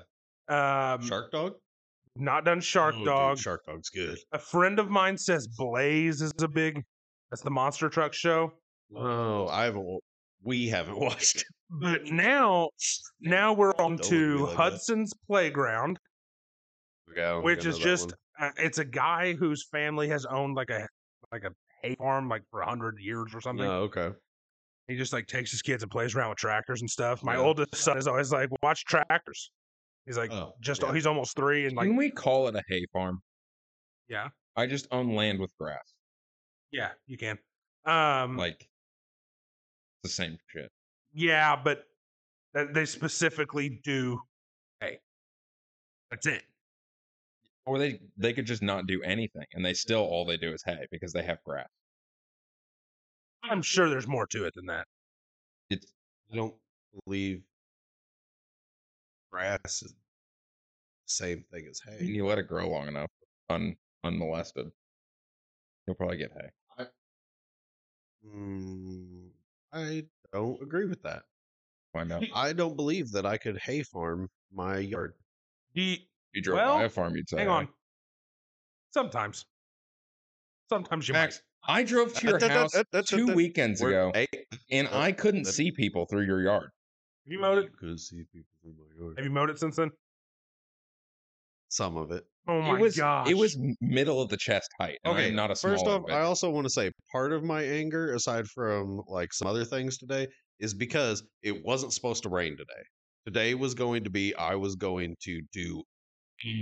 Speaker 1: Um,
Speaker 3: Shark Dog?
Speaker 1: Not done Shark
Speaker 3: Oh, dude,
Speaker 1: Dog.
Speaker 3: Shark Dog's good.
Speaker 1: A friend of mine says Blaze is a big. That's the monster truck show.
Speaker 3: Oh, I haven't. wa- We haven't (laughs) watched it.
Speaker 1: But now, now we're on
Speaker 3: Don't look at me
Speaker 1: to
Speaker 3: like that.
Speaker 1: Hudson's Playground.
Speaker 3: Yeah, I don't think
Speaker 1: which
Speaker 3: I
Speaker 1: is
Speaker 3: know that
Speaker 1: just
Speaker 3: one.
Speaker 1: uh, it's a guy whose family has owned like a like a hay farm like for a hundred years or something.
Speaker 3: Oh, okay.
Speaker 1: He just like takes his kids and plays around with tractors and stuff. My
Speaker 3: Yeah.
Speaker 1: oldest son is always like, "Watch tractors." He's like,
Speaker 3: oh,
Speaker 1: just
Speaker 3: yeah.
Speaker 1: he's almost three and like,
Speaker 2: Can we call it a hay farm?
Speaker 1: yeah,
Speaker 2: I just own land with grass.
Speaker 1: yeah, you can.
Speaker 3: Mm.
Speaker 1: Um,
Speaker 2: Like, it's the same shit.
Speaker 1: yeah, but th- they specifically do hay. That's it.
Speaker 2: Or they they could just not do anything, and they still all they do is hay because they have grass.
Speaker 1: I'm sure there's more to it than that.
Speaker 2: It's
Speaker 3: I don't believe grass is the same thing as
Speaker 2: and
Speaker 3: hay.
Speaker 2: you let it grow long enough un unmolested you'll probably get hay
Speaker 3: Mm, I don't agree with that.
Speaker 2: find out
Speaker 3: I don't believe that I could hay farm my yard.
Speaker 1: Do you,
Speaker 2: you drove by
Speaker 1: Well,
Speaker 2: a farm you'd say
Speaker 1: hang
Speaker 2: "Hey,
Speaker 1: on. Sometimes, sometimes you might.
Speaker 2: Max, i drove to your
Speaker 3: Uh, that- that-
Speaker 2: house
Speaker 3: that- that-
Speaker 2: two
Speaker 3: that-
Speaker 2: weekends
Speaker 3: We're-
Speaker 2: ago
Speaker 3: hey,
Speaker 2: and
Speaker 3: that-
Speaker 2: i couldn't
Speaker 3: that-
Speaker 2: see people through your yard
Speaker 1: Have you mowed it?
Speaker 3: Could see people through my yard.
Speaker 1: Have you mowed it since then?
Speaker 3: some of it.
Speaker 1: Oh my
Speaker 2: it was
Speaker 1: gosh.
Speaker 2: it was m- middle of the chest height. and I
Speaker 3: Okay,
Speaker 2: am not a small.
Speaker 3: First off, I
Speaker 2: individual.
Speaker 3: also want to say part of my anger, aside from like some other things today, is because it wasn't supposed to rain today. Today was going to be, I was going to do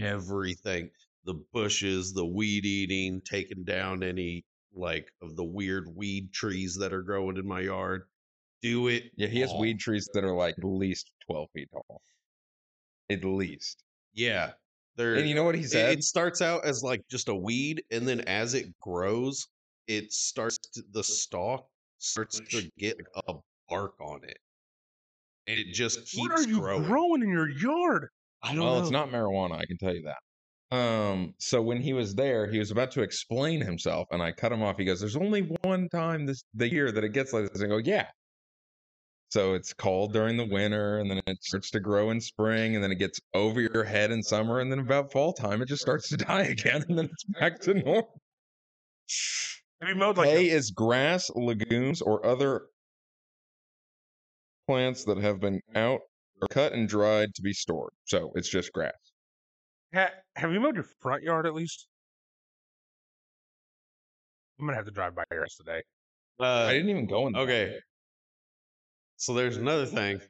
Speaker 3: everything the bushes, the weed eating, taking down any like of the weird weed trees that are growing in my yard. Do it.
Speaker 2: yeah, he has
Speaker 3: all.
Speaker 2: weed trees that are like at least twelve feet tall, at least.
Speaker 3: Yeah. They're,
Speaker 2: And you know what he
Speaker 3: it-
Speaker 2: said?
Speaker 3: It, starts out as like just a weed, and then as it grows, it starts to, the stalk starts to get like, a bark on it, and it just keeps
Speaker 1: what are you
Speaker 3: growing.
Speaker 1: growing. in your yard?
Speaker 3: I don't
Speaker 2: well,
Speaker 3: know.
Speaker 2: it's not marijuana, I can tell you that. Um, so when he was there, he was about to explain himself, and I cut him off. He goes, "There's only one time this the year that it gets like this." And I go, "Yeah." So it's cold during the winter, and then it starts to grow in spring, and then it gets over your head in summer, and then about fall time, it just starts to (laughs) die again, and then it's back to normal.
Speaker 1: Have you mowed like
Speaker 2: Hay is grass, legumes, or other plants that have been out or cut and dried to be stored. So it's just grass.
Speaker 1: ha- have you mowed your front yard at least? I'm gonna have to drive by yours today.
Speaker 3: Uh,
Speaker 2: I didn't even go in. the
Speaker 3: okay.
Speaker 2: backyard.
Speaker 3: So there's another thing.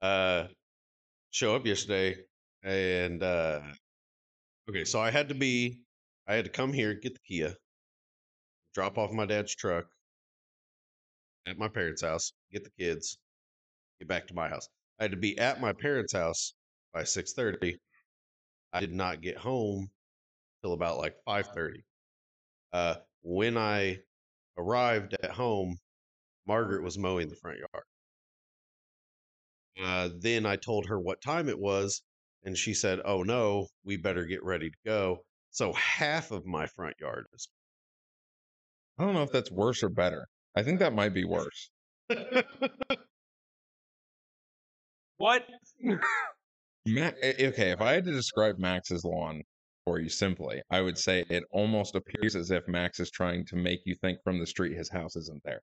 Speaker 3: Uh show up yesterday and uh okay, so I had to be I had to come here, get the Kia, drop off my dad's truck at my parents' house, get the kids, get back to my house. I had to be at my parents' house by 6:30. I did not get home till about like 5:30. Uh when I arrived at home, Margaret was mowing the front yard. Uh, then I told her what time it was, and she said, "Oh no, we better get ready to go." So half of my front yard is. (laughs)
Speaker 2: I don't know if that's worse or better. I think that might be worse.
Speaker 1: What?
Speaker 2: Ma- eh, okay, if I had to describe Max's lawn for you simply, I would say it almost appears as if Max is trying to make you think from the street his house isn't there.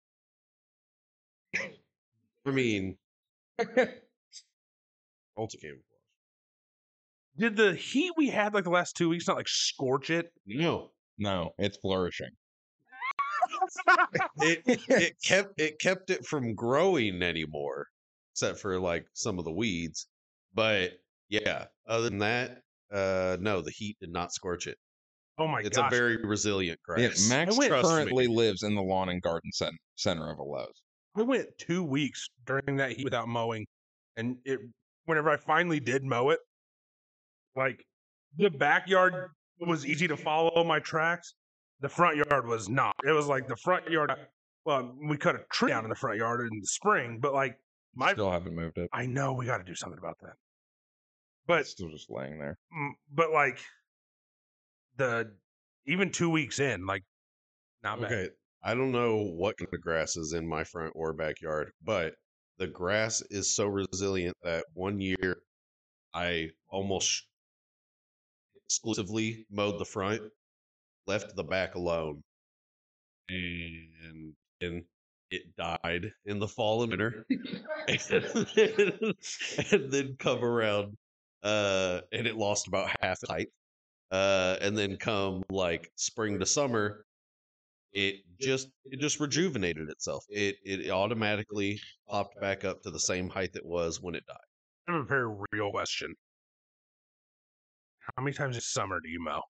Speaker 3: I mean, ultra camouflage.
Speaker 1: Did the heat we had like the last two weeks not like scorch it?
Speaker 3: No,
Speaker 2: No, it's flourishing.
Speaker 3: it it kept it kept it from growing anymore, except for like some of the weeds. But yeah, other than that, uh, no, the heat did not scorch it.
Speaker 1: Oh my
Speaker 3: it's
Speaker 1: gosh.
Speaker 3: a very resilient
Speaker 2: Yeah,
Speaker 3: grass.
Speaker 2: Max
Speaker 1: went-
Speaker 3: Trust me.
Speaker 2: currently lives in the lawn and garden cen- center of a Lowe's.
Speaker 1: I went two weeks during that heat without mowing, and it whenever I finally did mow it, like the backyard was easy to follow my tracks. The front yard was not. It was like the front yard. uh, Well, we cut a tree down in the front yard in the spring, but like my,
Speaker 2: Still haven't moved it.
Speaker 1: I know we got to do something about that.
Speaker 2: It's
Speaker 1: But
Speaker 2: still just laying there.
Speaker 1: mm, but like the even two weeks in, like not bad.
Speaker 3: Okay. I don't know what kind of grass is in my front or backyard, but the grass is so resilient that one year I almost exclusively mowed the front, left the back alone, and and it died in the fall and winter, (laughs) and then, and then come around, uh, and it lost about half its height, uh, and then come like spring to summer, it just it just rejuvenated itself. It it automatically popped back up to the same height it was when it died.
Speaker 1: I have a very real question. How many times this summer do you mow?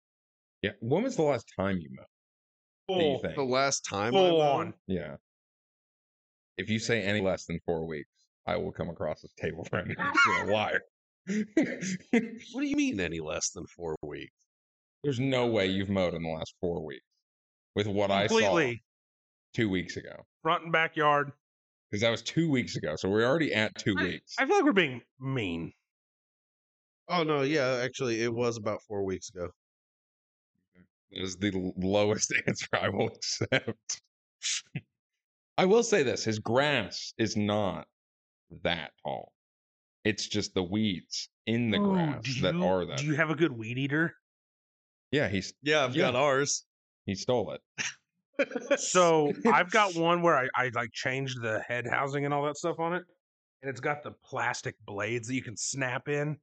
Speaker 2: Yeah. When was the last time you mowed? do you
Speaker 1: Full-
Speaker 2: think?
Speaker 3: The last time I
Speaker 1: Full
Speaker 3: mowed-
Speaker 1: on.
Speaker 2: Yeah. If you say any less than four weeks, I will come across this table for you. (laughs) You're a liar.
Speaker 3: What do you mean any less than four weeks?
Speaker 2: There's no way you've mowed in the last four weeks with what I saw
Speaker 1: Completely
Speaker 2: two weeks ago.
Speaker 1: front and backyard.
Speaker 2: Because that was two weeks ago. So we're already at two
Speaker 1: I-
Speaker 2: weeks.
Speaker 1: I feel like we're being mean.
Speaker 3: Oh no, yeah, actually it was about four weeks ago.
Speaker 2: That is the l- lowest (laughs) answer I will accept. I will say this his grass is not that tall. It's just the weeds in the
Speaker 1: Ooh,
Speaker 2: grass
Speaker 1: Oh, do
Speaker 2: that
Speaker 1: you-
Speaker 2: are that.
Speaker 1: Do you have a good weed eater?
Speaker 2: yeah, he's,
Speaker 3: Yeah, I've got
Speaker 2: Yeah.
Speaker 3: ours. (laughs)
Speaker 2: he stole it.
Speaker 1: So I've got one where I, I like changed the head housing and all that
Speaker 3: Mm-hmm.
Speaker 1: stuff on it, and it's got the plastic blades that you can snap in.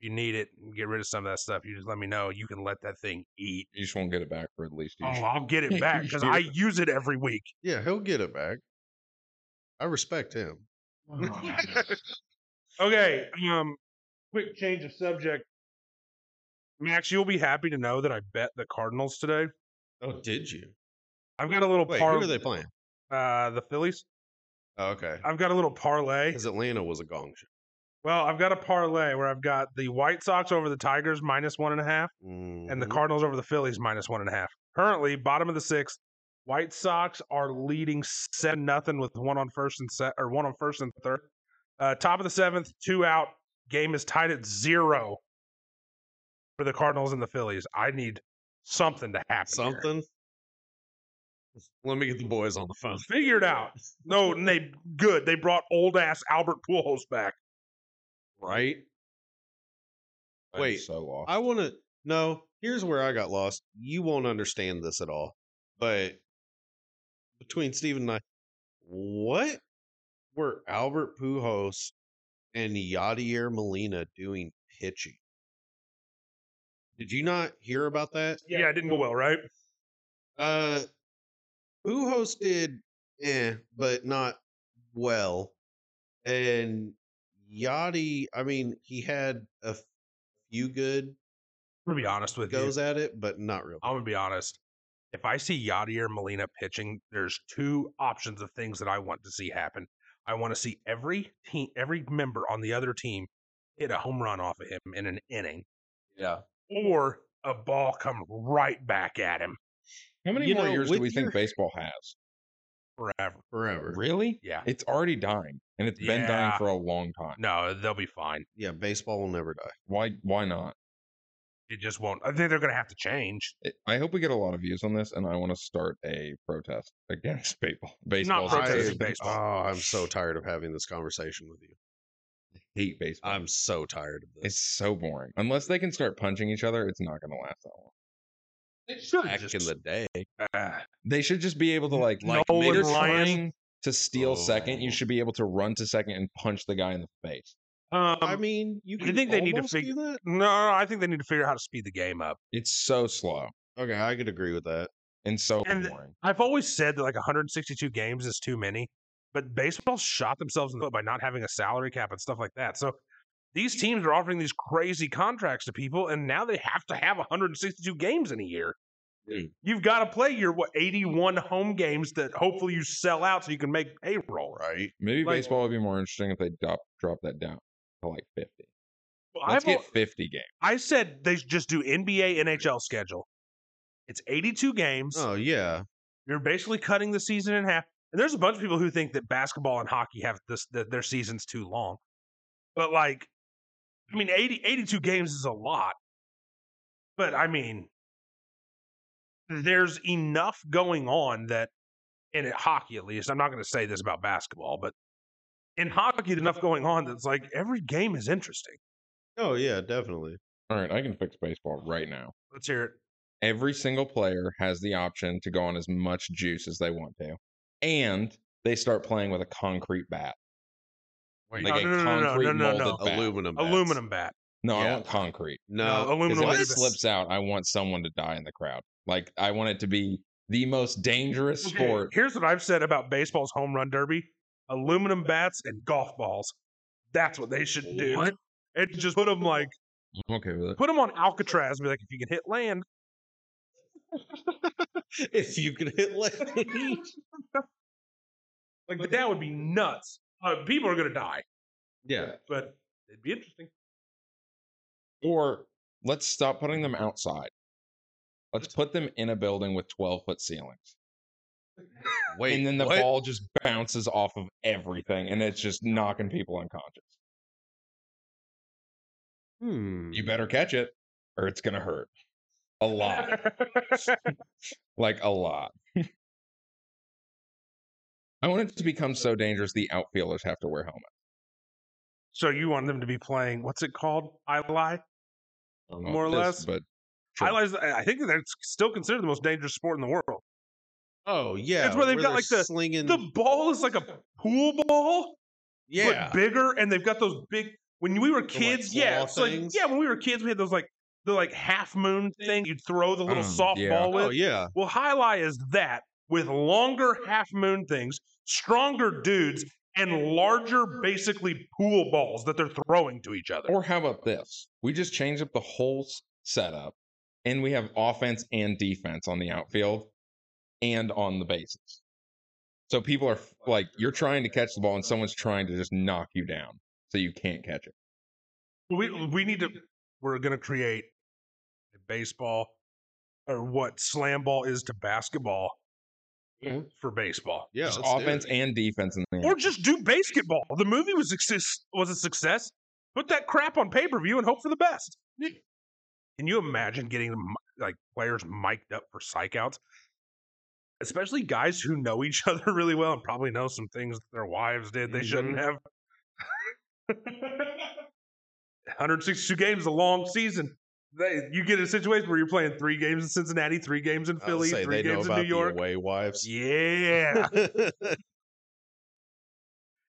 Speaker 1: you need it, get rid of some of that stuff. You just let me know. You can let that thing eat.
Speaker 2: You just won't get it back for at least
Speaker 1: Oh, (laughs)
Speaker 2: you should.
Speaker 1: I'll get
Speaker 3: (laughs)
Speaker 1: it back because I use it every week.
Speaker 3: Yeah, he'll get it back. I respect him. Oh.
Speaker 1: (laughs) Okay. Um, quick change of subject. Max, you'll be happy to know that I bet the Cardinals today.
Speaker 3: Oh, did you?
Speaker 1: I've got a little
Speaker 3: Wait, who
Speaker 1: parlay.
Speaker 3: are they (laughs) playing?
Speaker 1: Uh, the Phillies.
Speaker 3: Oh, okay.
Speaker 1: I've got a little parlay.
Speaker 3: Because Atlanta was a gong show.
Speaker 1: Well, I've got a parlay where I've got the White Sox over the Tigers minus one and a half, and the
Speaker 3: Mhm.
Speaker 1: Cardinals over the Phillies minus one and a half. Currently, bottom of the sixth, White Sox are leading seven nothing with one on first and set or one on first and third. Uh, top of the seventh, two out. Game is tied at zero for the Cardinals and the Phillies. I need something to happen. here.
Speaker 3: something. Let me get the boys on the phone.
Speaker 1: Figure it out. No, and they good. They brought old ass Albert Pujols back.
Speaker 3: Right?
Speaker 2: I'm
Speaker 3: Wait,
Speaker 2: so lost.
Speaker 3: I want to. No, here's where I got lost. You won't understand this at all. But between Steven and I, what were Albert Pujols and Yadier Molina doing pitching? Did you not hear about that?
Speaker 1: Yeah, it didn't go well, right?
Speaker 3: Uh, Pujols did, eh, but not well. And Yachty, I mean, he had a few good
Speaker 1: I'm gonna be honest with you.
Speaker 3: goes at it, but not real.
Speaker 1: I'm gonna be honest. If I see Yadier Molina pitching, there's two options of things that I want to see happen. I want to see every team, every member on the other team hit a home run off of him in an inning,
Speaker 3: Yeah.
Speaker 1: or a ball come right back at him
Speaker 2: How many
Speaker 3: you
Speaker 2: more
Speaker 3: know,
Speaker 2: years do
Speaker 3: with
Speaker 2: we
Speaker 3: your-
Speaker 2: think baseball has?
Speaker 1: forever.
Speaker 3: Forever.
Speaker 2: Really?
Speaker 1: Yeah.
Speaker 2: It's already dying, and it's been dying
Speaker 1: Yeah.
Speaker 2: for a long time.
Speaker 1: No, they'll be fine.
Speaker 3: Yeah, baseball will never die.
Speaker 2: Why? Why not?
Speaker 1: It just won't. I think they're gonna have to change.
Speaker 2: I- I hope we get a lot of views on this, and I want to start a protest against (laughs) baseball. Baseball, is-
Speaker 1: protesting
Speaker 2: I
Speaker 1: baseball.
Speaker 3: Oh,
Speaker 1: (sighs)
Speaker 3: I'm so tired of having this conversation with you.
Speaker 2: hate baseball.
Speaker 3: I'm so tired of this.
Speaker 2: it's so boring. Unless they can start punching each other, it's not going to last that long.
Speaker 1: It should
Speaker 3: Back in the day,
Speaker 1: Ah,
Speaker 2: They should just be able to like,
Speaker 1: Nolan
Speaker 2: like they're
Speaker 1: Ryan.
Speaker 2: trying to steal second. You
Speaker 3: Oh.
Speaker 2: should be able to run to second and punch the guy in the face.
Speaker 1: um,
Speaker 3: I mean, you
Speaker 1: I
Speaker 3: can
Speaker 1: think they need to
Speaker 3: almost
Speaker 1: fig-
Speaker 3: do that.
Speaker 1: no, no, I think they need to figure out how to speed the game up.
Speaker 2: It's so slow
Speaker 3: Okay, I could agree with that.
Speaker 2: and so
Speaker 1: And th-
Speaker 2: boring.
Speaker 1: I've always said that like 162 games is too many, but baseball shot themselves in the foot by not having a salary cap and stuff like that. So these teams are offering these crazy contracts to people, and now they have to have 162 games in a year.
Speaker 2: Dude.
Speaker 1: You've got to play your what 81 home games that hopefully you sell out so you can make payroll.
Speaker 3: Right.
Speaker 2: Maybe
Speaker 1: like-
Speaker 2: baseball would be more interesting if they drop drop that down to like fifty.
Speaker 1: Well,
Speaker 2: Let's
Speaker 1: I've
Speaker 2: get
Speaker 1: al-
Speaker 2: fifty games.
Speaker 1: I said they should just do NBA NHL schedule. It's 82 games.
Speaker 3: Oh yeah.
Speaker 1: You're basically cutting the season in half. And there's a bunch of people who think that basketball and hockey have this that their seasons too long. But like I mean 80 82 games is a lot. But I mean there's enough going on that and in hockey at least. I'm not going to say this about basketball, but in hockey there's enough going on that's like every game is interesting.
Speaker 3: Oh yeah, definitely.
Speaker 2: All right, I can fix baseball right now.
Speaker 1: Let's hear it.
Speaker 2: every single player has the option to go on as much juice as they want to. And they start playing with a concrete bat.
Speaker 3: Wait,
Speaker 2: Like
Speaker 1: no,
Speaker 2: a
Speaker 1: no, no, no,
Speaker 2: concrete
Speaker 1: no, no, no.
Speaker 2: molded bat.
Speaker 3: aluminum. bats.
Speaker 1: Aluminum bat.
Speaker 2: No, I
Speaker 3: Yeah.
Speaker 2: want concrete.
Speaker 3: No,
Speaker 1: No,
Speaker 2: Because
Speaker 1: aluminum
Speaker 2: if
Speaker 1: bat.
Speaker 2: it slips out, I want someone to die in the crowd. Like I want it to be the most dangerous
Speaker 1: Okay,
Speaker 2: sport.
Speaker 1: Here's what I've said about baseball's home run derby: aluminum bats and golf balls. That's what they should do.
Speaker 2: What?
Speaker 1: And just put them like
Speaker 2: I'm okay with it.
Speaker 1: put them on Alcatraz. And be like, if you can hit
Speaker 2: (laughs)
Speaker 1: land,
Speaker 3: (laughs) if you can hit
Speaker 1: (laughs)
Speaker 3: land.
Speaker 1: like but that would be nuts. Uh, people are gonna die,
Speaker 3: yeah.
Speaker 1: but it'd be interesting.
Speaker 2: Or let's stop putting them outside. Let's put them in a building with 12 foot ceilings.
Speaker 3: Wait.
Speaker 2: and then the
Speaker 3: what?
Speaker 2: ball just bounces off of everything and it's just knocking people unconscious.
Speaker 3: Hmm.
Speaker 2: you better catch it or it's going to hurt a lot like a lot i want it to become so dangerous the outfielders have to wear helmets
Speaker 1: (laughs) so you want them to be playing? What's it called? I lie.
Speaker 2: I don't know
Speaker 1: More or
Speaker 2: if
Speaker 1: less. I
Speaker 2: but Sure.
Speaker 1: lie. is- I I think that's still considered the most dangerous sport in the world.
Speaker 3: Oh yeah.
Speaker 1: That's where they've got,
Speaker 3: they're
Speaker 1: like, the-
Speaker 3: slinging.
Speaker 1: The ball is like a pool ball,
Speaker 3: yeah.
Speaker 1: but bigger, and they've got those big When we were kids, yeah,
Speaker 3: claw
Speaker 1: so like,
Speaker 3: things?
Speaker 1: yeah, when we were kids, we had those like the like half moon thing. You'd throw the little
Speaker 2: Um,
Speaker 1: soft
Speaker 2: yeah.
Speaker 1: ball with.
Speaker 3: Oh yeah,
Speaker 1: Well, highlight is that with longer half moon things, stronger dudes, and larger, basically pool balls that they're throwing to each other.
Speaker 2: Or how about this? We just change up the whole s- setup and we have offense and defense on the outfield and on the bases. So people are f- like, you're trying to catch the ball and someone's trying to just knock you down so you can't catch it.
Speaker 1: We we need to. We're gonna create a baseball, or what slam ball is to basketball
Speaker 3: Mhm.
Speaker 1: for baseball,
Speaker 3: yeah.
Speaker 2: just
Speaker 3: let's do
Speaker 2: offense
Speaker 3: it.
Speaker 2: and defense in the
Speaker 1: or just do basketball. The movie was success, was a success. Put that crap on pay per view and hope for the best. Can you imagine getting m- like players mic'd up for psych outs? Especially guys who know each (laughs) other really well and probably know some things that their wives did they
Speaker 3: Mm-hmm.
Speaker 1: shouldn't have. 162 games, a long season. They, you get in a situation where you're playing three games in Cincinnati, three games in
Speaker 3: I'll
Speaker 1: Philly,
Speaker 3: say
Speaker 1: three
Speaker 3: they know
Speaker 1: games in
Speaker 3: about
Speaker 1: New York.
Speaker 3: the away wives.
Speaker 1: Yeah,
Speaker 3: (laughs)
Speaker 1: (laughs)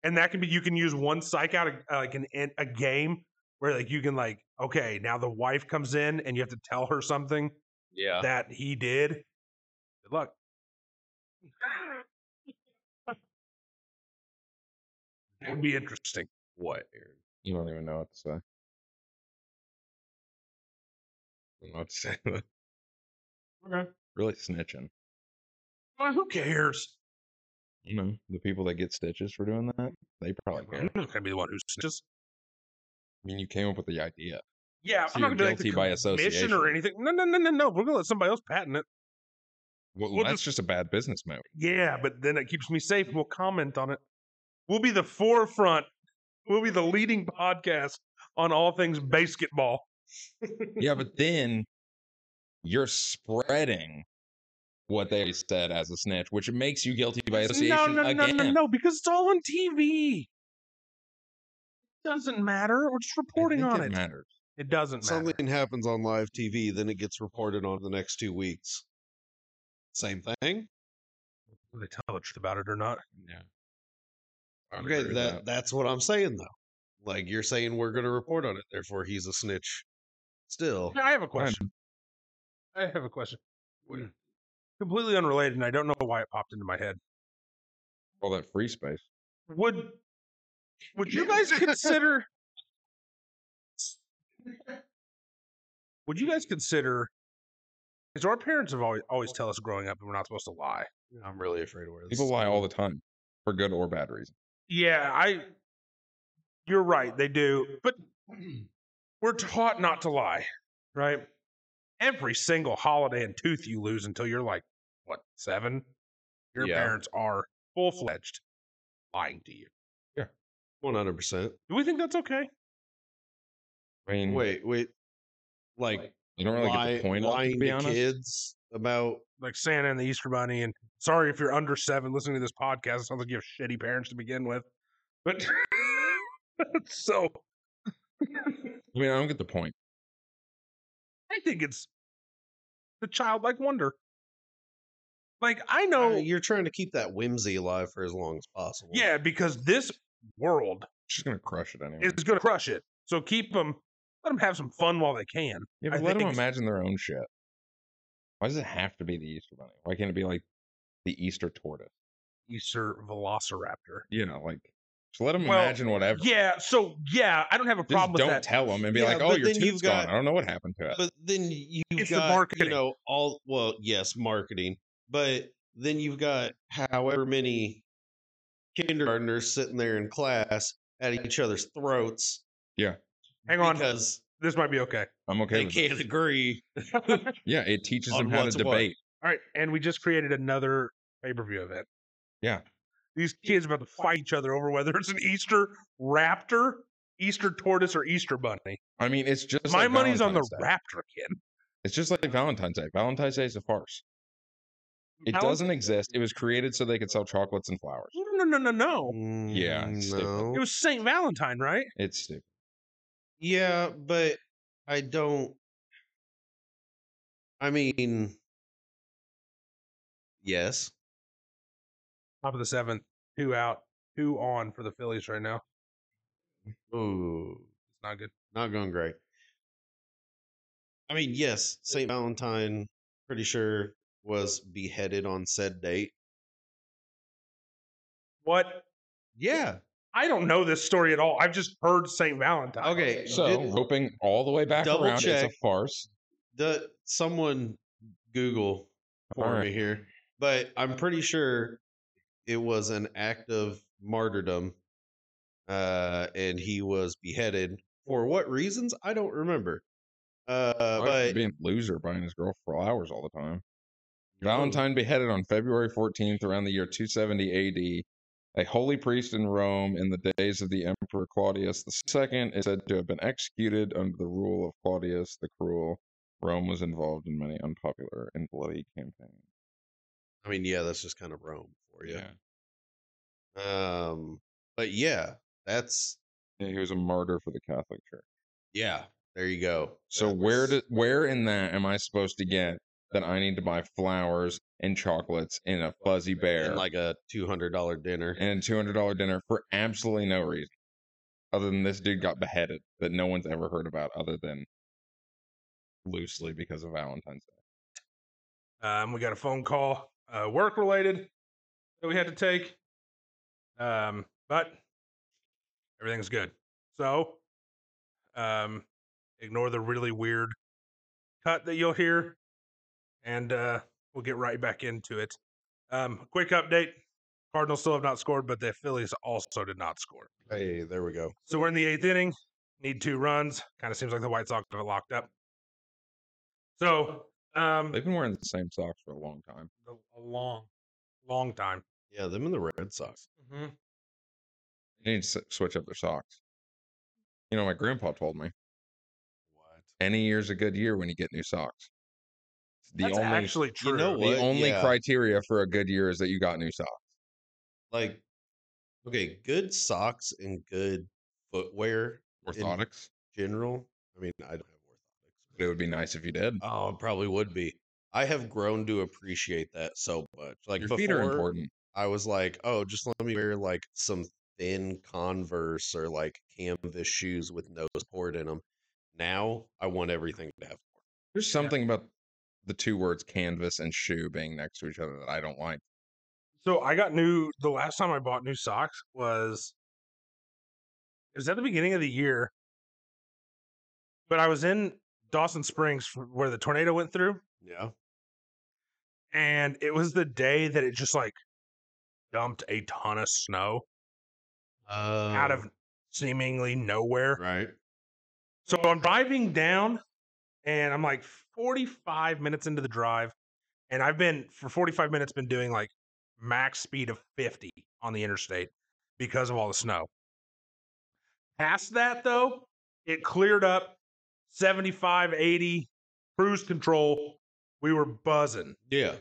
Speaker 1: and that can be you can use one psych out uh, like an in a game where like you can like okay now the wife comes in and you have to tell her something
Speaker 3: yeah.
Speaker 1: that he did. Good
Speaker 2: (laughs)
Speaker 1: luck. It would be interesting.
Speaker 3: What? Aaron?
Speaker 2: You don't even know what to say. I don't know what to (laughs) say.
Speaker 1: Okay.
Speaker 2: really snitching.
Speaker 1: Well, who cares?
Speaker 2: You know, the people that get stitches for doing that, they probably care.
Speaker 1: I'm not gonna be the one who's just
Speaker 2: I mean, you came up with the idea.
Speaker 1: yeah.
Speaker 2: So
Speaker 1: I'm not gonna
Speaker 2: you're
Speaker 1: be like the
Speaker 2: guilty by
Speaker 1: commission or
Speaker 2: association.
Speaker 1: anything. No, no, no, no, no. We're gonna let somebody else patent it.
Speaker 2: Well,
Speaker 1: Well,
Speaker 2: that's just a bad business move.
Speaker 1: Yeah, but then it keeps me safe. We'll comment on it. We'll be the forefront. We'll be the leading podcast on all things basketball.
Speaker 2: yeah, but then you're spreading what they said as a snitch, which makes you guilty by
Speaker 1: No,
Speaker 2: association
Speaker 1: no, no,
Speaker 2: again.
Speaker 1: no, no, because it's all on TV. Doesn't matter. We're just
Speaker 2: I
Speaker 1: reporting
Speaker 2: think
Speaker 1: on it.
Speaker 2: matters.
Speaker 1: It doesn't matter.
Speaker 3: Something happens on live TV, then it gets reported on the next two weeks. Same thing.
Speaker 1: Whether they tell the truth about it or not.
Speaker 2: Yeah. I would
Speaker 3: Okay,
Speaker 2: agree
Speaker 3: that,
Speaker 2: with
Speaker 3: that's what I'm saying though. Like you're saying, we're going to report on it. Therefore, he's a snitch. Still,
Speaker 1: I have a question. I have a question. Completely unrelated, and I don't know why it popped into my head.
Speaker 2: all that free space.
Speaker 1: would would you (laughs) guys consider would you guys consider because our parents have always always tell us growing up that we're not supposed to lie
Speaker 3: I'm really afraid of where this.
Speaker 2: People lie
Speaker 1: mm
Speaker 2: all the time for good or bad reason.
Speaker 1: yeah i you're right they do but we're taught not to lie right every single holiday and tooth you lose until you're like what seven your
Speaker 3: Yeah.
Speaker 1: parents are full-fledged lying to you
Speaker 3: One hundred percent.
Speaker 1: do we think that's okay
Speaker 2: I mean,
Speaker 3: Wait, wait. Like
Speaker 2: you Mm. don't really
Speaker 3: lie,
Speaker 2: get the point of it,
Speaker 3: lying
Speaker 2: to
Speaker 3: to,
Speaker 2: be honest.
Speaker 3: kids about uh,
Speaker 1: like Santa and the Easter Bunny. And sorry if you're under seven listening to this podcast. It sounds like you have shitty parents to begin with. But (laughs) so
Speaker 2: I mean, I don't get the point.
Speaker 1: I think it's the childlike wonder. Like I know,
Speaker 3: no, you're trying to keep that whimsy alive for as long as possible.
Speaker 1: yeah, because this world
Speaker 2: She's gonna crush it anyway.
Speaker 1: is going to crush it. So keep them, let them have some fun while they can.
Speaker 2: Yeah,
Speaker 1: I
Speaker 2: but let them
Speaker 1: think-
Speaker 2: imagine their own shit. Why does it have to be the Easter Bunny? Why can't it be like the Easter tortoise?
Speaker 1: Easter Velociraptor.
Speaker 2: You know, like just let them
Speaker 1: Well,
Speaker 2: imagine whatever.
Speaker 1: Yeah, so yeah, I don't have a
Speaker 2: Just
Speaker 1: problem with
Speaker 2: don't
Speaker 1: that.
Speaker 2: tell them and be
Speaker 3: Yeah,
Speaker 2: like, "Oh,
Speaker 3: but
Speaker 2: your
Speaker 3: then you've
Speaker 2: tooth's
Speaker 3: got-
Speaker 2: gone. I don't know what happened to it."
Speaker 3: But then you've
Speaker 1: It's the
Speaker 3: got
Speaker 1: marketing.
Speaker 3: you know all well, yes, marketing, but then you've got however many kindergartners sitting there in class at each other's throats.
Speaker 2: Yeah.
Speaker 1: Hang on.
Speaker 3: because
Speaker 1: this might be okay.
Speaker 2: I'm okay.
Speaker 3: they
Speaker 2: With
Speaker 3: can't
Speaker 2: it.
Speaker 3: agree.
Speaker 2: Yeah, it teaches
Speaker 3: on
Speaker 2: them how to
Speaker 3: what's what.
Speaker 2: debate.
Speaker 1: All right, and we just created another pay per view event.
Speaker 2: Yeah.
Speaker 1: These kids about to fight each other over whether it's an Easter raptor, Easter tortoise, or Easter bunny.
Speaker 2: I mean, it's just
Speaker 1: My
Speaker 2: like
Speaker 1: money's on the
Speaker 2: Valentine's Day.
Speaker 1: raptor kid.
Speaker 2: It's just like Valentine's Day. Valentine's Day is a farce. It
Speaker 1: Valent-
Speaker 2: doesn't exist. It was created so they could sell chocolates and flowers.
Speaker 1: No, no, no, no, no.
Speaker 2: Yeah,
Speaker 3: Mm,
Speaker 2: it's stupid.
Speaker 3: no.
Speaker 1: It was St. Valentine, right?
Speaker 2: It's stupid.
Speaker 3: yeah, but I don't. I mean, yes,
Speaker 1: Top of the seventh, two out, two on for the Phillies right now.
Speaker 3: Ooh,
Speaker 1: It's not good.
Speaker 3: Not going great. I mean, yes, St. Valentine, pretty sure, was beheaded on said date.
Speaker 1: What?
Speaker 3: Yeah.
Speaker 1: I don't know this story at all. I've just heard St. Valentine.
Speaker 3: Okay.
Speaker 2: So
Speaker 3: did-
Speaker 2: roping all the way back
Speaker 3: Double
Speaker 2: around,
Speaker 3: check.
Speaker 2: it's a farce.
Speaker 3: the someone Google for
Speaker 2: Alright.
Speaker 3: me here, but I'm pretty sure it was an act of martyrdom, uh, and he was beheaded for what reasons I don't remember. Uh,
Speaker 2: But
Speaker 3: but
Speaker 2: being a loser buying his girl flowers all the time.
Speaker 3: No.
Speaker 2: Valentine beheaded on February 14th around the year 270 AD. A holy priest in Rome in the days of the Emperor Claudius II is said to have been executed under the rule of Claudius the Cruel. Rome was involved in many unpopular and bloody campaigns.
Speaker 3: I mean, yeah, that's just kind of Rome for you. Um, but yeah, that's
Speaker 2: Yeah, he was a martyr for the Catholic Church.
Speaker 3: yeah. There you go.
Speaker 2: So
Speaker 3: That's-
Speaker 2: where do, where in that am I supposed to get that I need to buy flowers and chocolates and a fuzzy bear
Speaker 3: and like a two hundred dollar dinner?
Speaker 2: and a two hundred dollar dinner for absolutely no reason, other than this dude got beheaded that no one's ever heard about, other than loosely because of Valentine's Day.
Speaker 1: Um, we got a phone call, uh, work related, that we had to take. Um, but everything's good. So, um, ignore the really weird cut that you'll hear, and uh, we'll get right back into it. Um, quick update: Cardinals still have not scored, but the Phillies also did not score.
Speaker 3: Hey, there we go.
Speaker 1: So we're in the eighth inning. Need two runs. Kind of seems like the White Sox have it locked up. So um,
Speaker 2: They've been wearing the same socks for a long time.
Speaker 1: a a long, long time.
Speaker 3: Yeah, them and the Red Sox.
Speaker 1: Mm-hmm.
Speaker 2: They need to s- switch up their socks. You know, my grandpa told me
Speaker 3: What?
Speaker 2: any year's a good year when you get new socks. It's The
Speaker 1: That's
Speaker 2: only
Speaker 1: actually true.
Speaker 3: You know
Speaker 2: the
Speaker 3: what?
Speaker 2: only
Speaker 3: Yeah.
Speaker 2: criteria for a good year is that you got new socks.
Speaker 3: like okay good socks and good footwear in
Speaker 2: Orthotics.
Speaker 3: general i mean i don't have
Speaker 2: But it
Speaker 3: orthotics
Speaker 2: would be nice if you did.
Speaker 3: but- oh
Speaker 1: Um,
Speaker 3: it probably would be i have grown to appreciate that so much like
Speaker 2: Your
Speaker 3: before
Speaker 2: feet are important.
Speaker 3: i was like oh just let me wear like some thin converse or like canvas shoes with no support in them now i want everything to have support.
Speaker 2: There's something about the two words canvas and shoe being next to each other that I don't like.
Speaker 1: So I got new. The last time I bought new socks was it was at the beginning of the year, but I was in Dawson Springs f- where the tornado went through,
Speaker 3: yeah
Speaker 1: and it was the day that it just like dumped a ton of snow
Speaker 3: uh,
Speaker 1: out of seemingly nowhere.
Speaker 3: right
Speaker 1: So I'm driving down and I'm like 45 minutes into the drive. And I've been for 45 minutes been doing like max speed of 50 on the interstate because of all the snow. Past that though, it cleared up 75, 80, cruise control. We were buzzing.
Speaker 3: yeah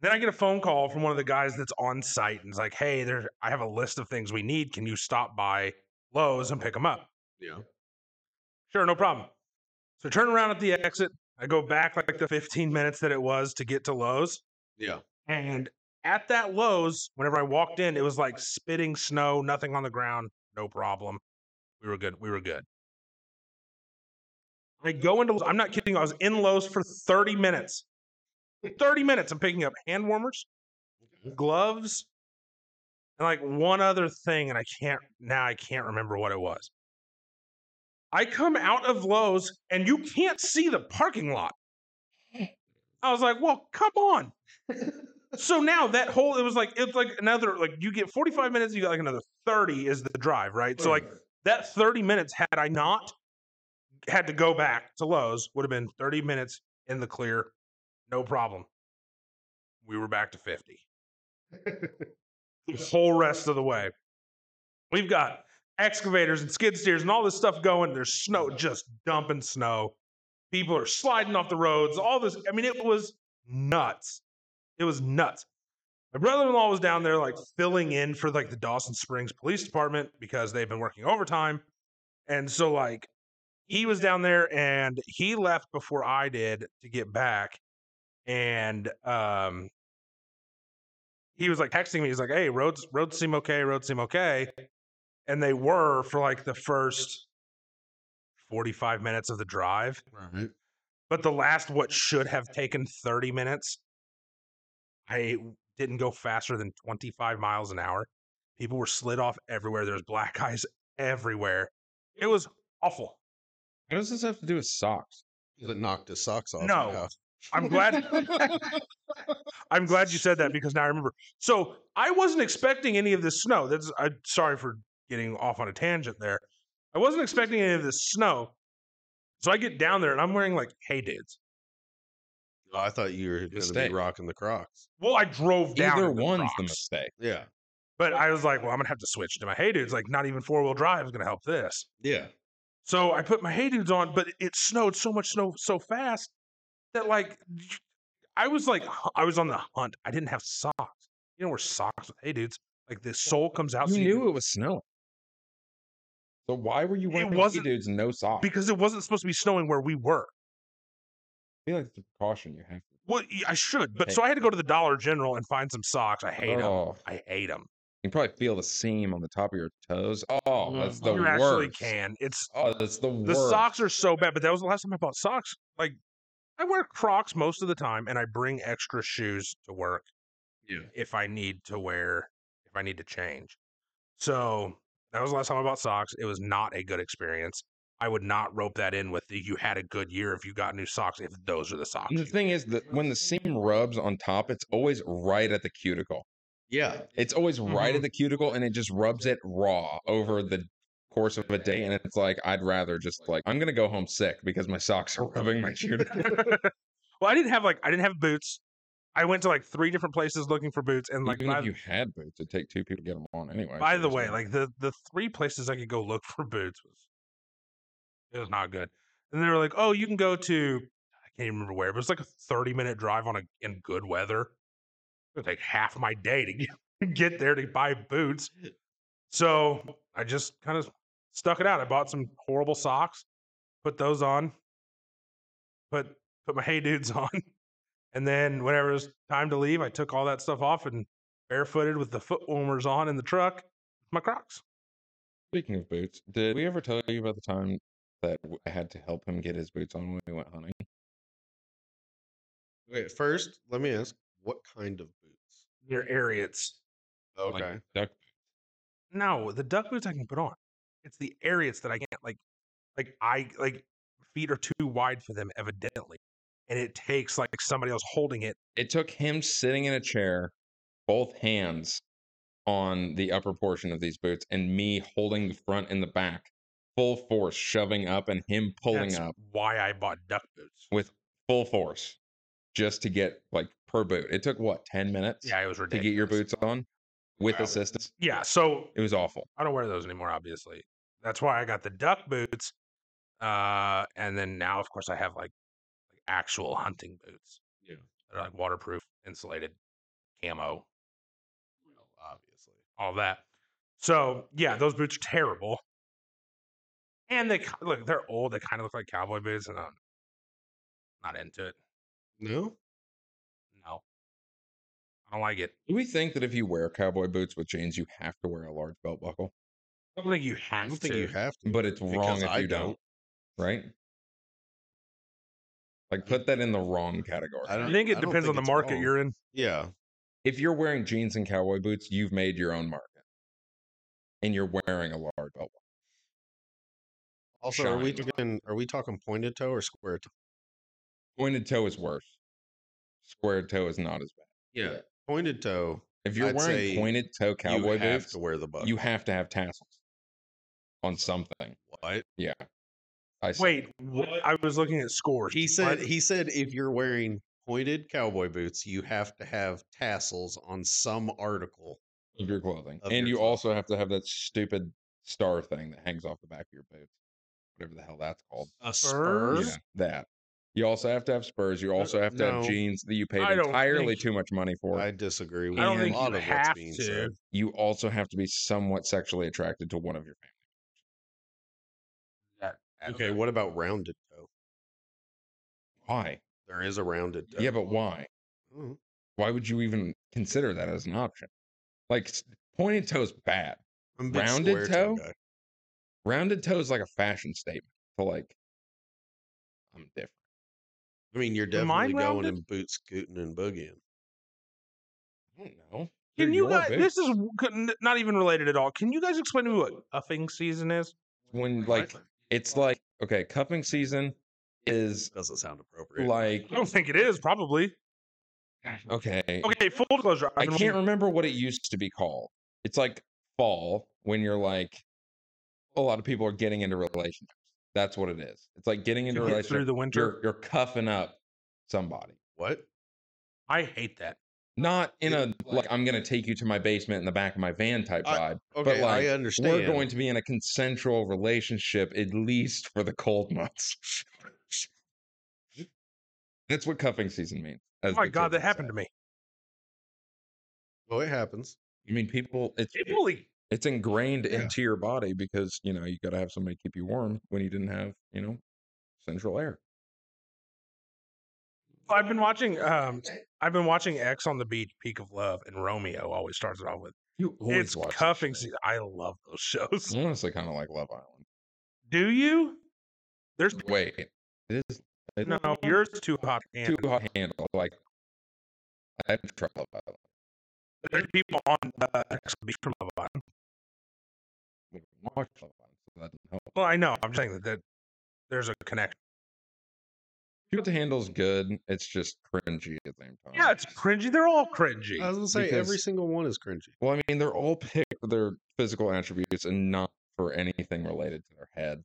Speaker 1: Then I get a phone call from one of the guys that's on site and it's like, hey, there I have a list of things we need. Can you stop by Lowe's and pick them up?
Speaker 3: yeah
Speaker 1: Sure, no problem. So I turn around at the exit. I go back like the 15 minutes that it was to get to Lowe's.
Speaker 3: yeah
Speaker 1: And at that Lowe's, whenever I walked in, it was like spitting snow, nothing on the ground, no problem. We were good. We were good. I go into Lowe's. I'm not kidding. I was in Lowe's for 30 minutes. 30 minutes. I'm picking up hand warmers, gloves, and like one other thing. And I can't, now I can't remember what it was. I come out of Lowe's and you can't see the parking (laughs) lot. I was like, well, come on. so now that whole it was like it's like another like you get 45 minutes, you got like another 30 is the drive, right? So like that 30 minutes had I not had to go back to Lowe's would have been 30 minutes in the clear, no problem. We were back to 50 the whole rest of the way. We've got excavators and skid steers and all this stuff going. There's snow, just dumping snow. People are sliding off the roads. All this. I mean, it was nuts. It was nuts. My brother-in-law was down there like filling in for like the Dawson Springs Police Department because they've been working overtime. And so like he was down there and he left before I did to get back. And um he was like texting me. He's like, "Hey, roads roads seem okay. Roads seem okay," and they were for like the first 45 minutes of the drive,
Speaker 3: Right.
Speaker 1: but the last what should have taken 30 minutes, I didn't go faster than 25 miles an hour. People were slid off everywhere. There's black (laughs) eyes everywhere. It was awful.
Speaker 2: What does this have to do with socks?
Speaker 3: That knocked his socks off.
Speaker 1: No.
Speaker 3: yeah.
Speaker 1: I'm
Speaker 2: (laughs)
Speaker 1: glad I'm glad you said that because now I remember. So I wasn't expecting any of this snow. That's I sorry for getting off on a tangent there. I wasn't expecting any of this snow. So I get down there and I'm wearing like hey dudes.
Speaker 3: (laughs) Oh, I thought you were going to be
Speaker 2: Mistake.
Speaker 3: rocking the Crocs.
Speaker 1: Well, I drove down.
Speaker 2: Either
Speaker 1: in the
Speaker 2: one's the
Speaker 1: Crocs,
Speaker 2: mistake.
Speaker 3: Yeah.
Speaker 1: but I was like, well, I'm gonna have to switch to my hey dudes. Like, not even four wheel drive is gonna help this.
Speaker 3: Yeah.
Speaker 1: So I put my hey dudes on, but it snowed so much snow so fast that like I was like I was on the hunt. I didn't have socks. You know where socks with hey dudes. Like the sole comes out. so
Speaker 2: You
Speaker 1: you
Speaker 2: knew it was snowing. So why were you
Speaker 1: It
Speaker 2: wearing
Speaker 1: wasn't-
Speaker 2: wasn't, dudes and no
Speaker 1: (laughs)
Speaker 2: socks?
Speaker 1: because it wasn't supposed to be snowing where we were.
Speaker 2: I feel like it's a precaution you have. to
Speaker 1: Well, y- I should, but so I had to go to the Dollar General and find some socks. I hate them.
Speaker 2: Oh,
Speaker 1: I hate them.
Speaker 2: you can probably feel the seam on the top of your toes. Oh, that's the
Speaker 1: you
Speaker 2: worst.
Speaker 1: actually can. It's
Speaker 2: Oh, that's the,
Speaker 1: the
Speaker 2: worst.
Speaker 1: socks are so bad. But that was the last time I bought socks. Like I wear Crocs most of the time, and I bring extra shoes to work
Speaker 3: Yeah.
Speaker 1: if I need to wear if I need to change. So that was the last time I bought socks. It was not a good experience. I would not rope that in with the, you had a good year if you got new socks if those are the socks.
Speaker 2: And the
Speaker 1: you
Speaker 2: thing is that when the seam rubs on top, it's always right at the cuticle.
Speaker 3: Yeah.
Speaker 2: It's always right
Speaker 1: Mhm.
Speaker 2: at the cuticle, and it just rubs it raw over the course of a day. And it's like I'd rather just like I'm gonna go home sick because my socks are (laughs) rubbing my cuticle.
Speaker 1: (laughs) well, I didn't have like I didn't have boots. I went to like three different places looking for boots, and like
Speaker 2: Even
Speaker 1: by,
Speaker 2: if you had boots, it'd take two people to get them on anyway.
Speaker 1: by
Speaker 2: so
Speaker 1: the
Speaker 2: it's
Speaker 1: way,
Speaker 2: not-
Speaker 1: like the the three places I could go look for boots was it was not good. And they were like, oh, you can go to I can't even remember where, but it's like a thirty minute drive on a in good weather. It was like half my day to get, (laughs) get there to buy boots. So I just kind of stuck it out. I bought some horrible socks, put those on, put put my hey dudes (laughs) on, and then whenever it was time to leave, I took all that stuff off and barefooted with the foot warmers on in the truck, my Crocs.
Speaker 2: speaking of boots, did we ever tell you about the time that w- I had to help him get his boots on when we went hunting?
Speaker 3: Wait, first, let me ask what kind of boots?
Speaker 1: Your Ariats.
Speaker 2: Like, duck-
Speaker 1: No, the duck boots I can put on. It's the Ariats that I can't like. Like I like feet are too wide for them, evidently, and it takes like somebody else holding it.
Speaker 2: it took him sitting in a chair, both hands on the upper portion of these boots, and me holding the front and the back, full force, shoving up, and him pulling
Speaker 1: That's
Speaker 2: up
Speaker 1: Why I bought duck boots.
Speaker 2: with full force, just to get like per boot. It took what ten minutes
Speaker 1: Yeah, it was
Speaker 2: to
Speaker 1: ridiculous.
Speaker 2: get your boots on with
Speaker 3: Wow.
Speaker 2: assistance.
Speaker 1: Yeah, so
Speaker 2: It was awful.
Speaker 1: I don't wear those anymore, obviously. That's why I got the duck boots. Uh, and then now, of course, I have like, like actual hunting boots.
Speaker 3: Yeah.
Speaker 1: They're like waterproof, insulated, camo,
Speaker 3: Well, obviously.
Speaker 1: all that. So yeah, those boots are terrible. And they ki- look, they're old. They kind of look like cowboy boots, and I'm not into it.
Speaker 3: No?
Speaker 1: No, I don't like it.
Speaker 2: Do we think that if you wear cowboy boots with jeans, you have to wear a large belt buckle?
Speaker 1: I don't think you
Speaker 3: I
Speaker 1: have
Speaker 3: don't
Speaker 1: to.
Speaker 3: think you have to.
Speaker 2: But it's wrong
Speaker 3: Because
Speaker 2: if
Speaker 3: I
Speaker 2: you don't, right? Like put that in the wrong category.
Speaker 3: I
Speaker 1: I
Speaker 3: don't-
Speaker 1: think it
Speaker 3: I don't
Speaker 1: depends on
Speaker 3: think
Speaker 1: the
Speaker 3: it's
Speaker 1: market
Speaker 3: wrong.
Speaker 1: you're in.
Speaker 3: Yeah.
Speaker 2: if you're wearing jeans and cowboy boots, you've made your own market, and you're wearing a large belt. buckle.
Speaker 3: Also, are we
Speaker 2: Shine.
Speaker 3: talking are we talking pointed toe or square toe?
Speaker 2: Pointed toe is worse. Squared toe is not as bad. Yeah.
Speaker 3: Pointed toe.
Speaker 2: If you're
Speaker 3: I'd say
Speaker 2: wearing pointed toe cowboy
Speaker 3: you have
Speaker 2: boots,
Speaker 3: to wear the buckle.
Speaker 2: you have to have tassels on something.
Speaker 3: what?
Speaker 2: Yeah. I see.
Speaker 1: Wait, what? I was looking at scores.
Speaker 3: He
Speaker 1: What?
Speaker 3: said he said if you're wearing pointed cowboy boots, you have to have tassels on some article.
Speaker 2: of your clothing,
Speaker 3: Of
Speaker 2: and
Speaker 3: your
Speaker 2: you
Speaker 3: clothing.
Speaker 2: also have to have that stupid star thing that hangs off the back of your boots, whatever the hell that's called.
Speaker 3: A
Speaker 1: Spurs? Uh,
Speaker 2: Yeah, that. You also have to have spurs. You also have to have
Speaker 3: no.
Speaker 2: jeans that you paid
Speaker 1: I don't
Speaker 2: entirely
Speaker 1: think-
Speaker 2: too much money for.
Speaker 3: I disagree with
Speaker 1: I don't
Speaker 3: a
Speaker 1: think
Speaker 3: lot
Speaker 1: you
Speaker 3: of
Speaker 1: have
Speaker 3: what's being
Speaker 1: to.
Speaker 3: said.
Speaker 2: you also have to be somewhat sexually attracted to one of your family.
Speaker 3: Okay, what about rounded toe?
Speaker 2: Why?
Speaker 3: There is a rounded
Speaker 1: Uh,
Speaker 3: toe.
Speaker 2: Yeah, but why?
Speaker 3: Mm,
Speaker 2: Why would you even consider that as an option? Like s- pointed toe is bad.
Speaker 3: I'm a big
Speaker 2: Rounded toe?
Speaker 3: square-toe guy.
Speaker 2: Rounded toe is like a fashion statement to like I'm different.
Speaker 3: I mean, you're
Speaker 1: Am I
Speaker 3: definitely going
Speaker 1: rounded?
Speaker 3: in boot scooting and boogieing.
Speaker 2: I don't know.
Speaker 1: Can
Speaker 2: They're
Speaker 1: you
Speaker 2: your
Speaker 1: guys?
Speaker 2: big-
Speaker 1: This is w- couldn't- not even related at all. Can you guys explain to me what cuffing season is?
Speaker 2: when like it's like okay, cuffing season is
Speaker 3: Doesn't sound appropriate.
Speaker 2: like
Speaker 1: I don't think it is. Probably.
Speaker 2: okay.
Speaker 1: Okay. Full disclosure.
Speaker 2: I
Speaker 1: I've been-
Speaker 2: can't remember what it used to be called. It's like fall when you're like a lot of people are getting into relationships. That's what it is. It's like getting into
Speaker 1: to get through
Speaker 2: relationships.
Speaker 1: the winter.
Speaker 2: You're you're cuffing up somebody.
Speaker 3: what?
Speaker 1: I hate that.
Speaker 2: Not in a like I'm gonna take you to my basement in the back of my van type
Speaker 3: I-
Speaker 2: vibe.
Speaker 3: Okay,
Speaker 2: like,
Speaker 3: I
Speaker 2: we're
Speaker 3: understand.
Speaker 2: We're going to be in a consensual relationship at least for the cold months. That's what cuffing season means.
Speaker 1: Oh my god, that happened to me.
Speaker 3: Oh, it happens.
Speaker 2: I mean, people. It's
Speaker 1: Really?
Speaker 2: it's ingrained
Speaker 1: Yeah.
Speaker 2: into your body because you know you got to have somebody keep you warm when you didn't have you know central air.
Speaker 1: I've been watching. Um, I've been watching X on the Beach, Peak of Love, and Romeo. Always starts it off with
Speaker 2: You
Speaker 1: it's cuffing season. I love those shows.
Speaker 2: I honestly kind of like Love Island.
Speaker 1: Do you? There's
Speaker 2: Wait, it is it is
Speaker 1: no. Yours is too hot.
Speaker 2: too
Speaker 1: And
Speaker 2: hot to handle. Like I've tried Love Island.
Speaker 1: there's people on uh, X on the Beach from Love Island.
Speaker 2: We don't watch Love Island, so that doesn't help.
Speaker 1: Well, I know. I'm saying that, that there's a connection.
Speaker 2: Too hot to handle is good. It's just cringy at the same time.
Speaker 1: Yeah, it's cringy. They're all cringy.
Speaker 3: I was gonna say every
Speaker 2: because-
Speaker 3: single one is cringy.
Speaker 2: Well, I mean, they're all picked for their physical attributes and not for anything related to their head.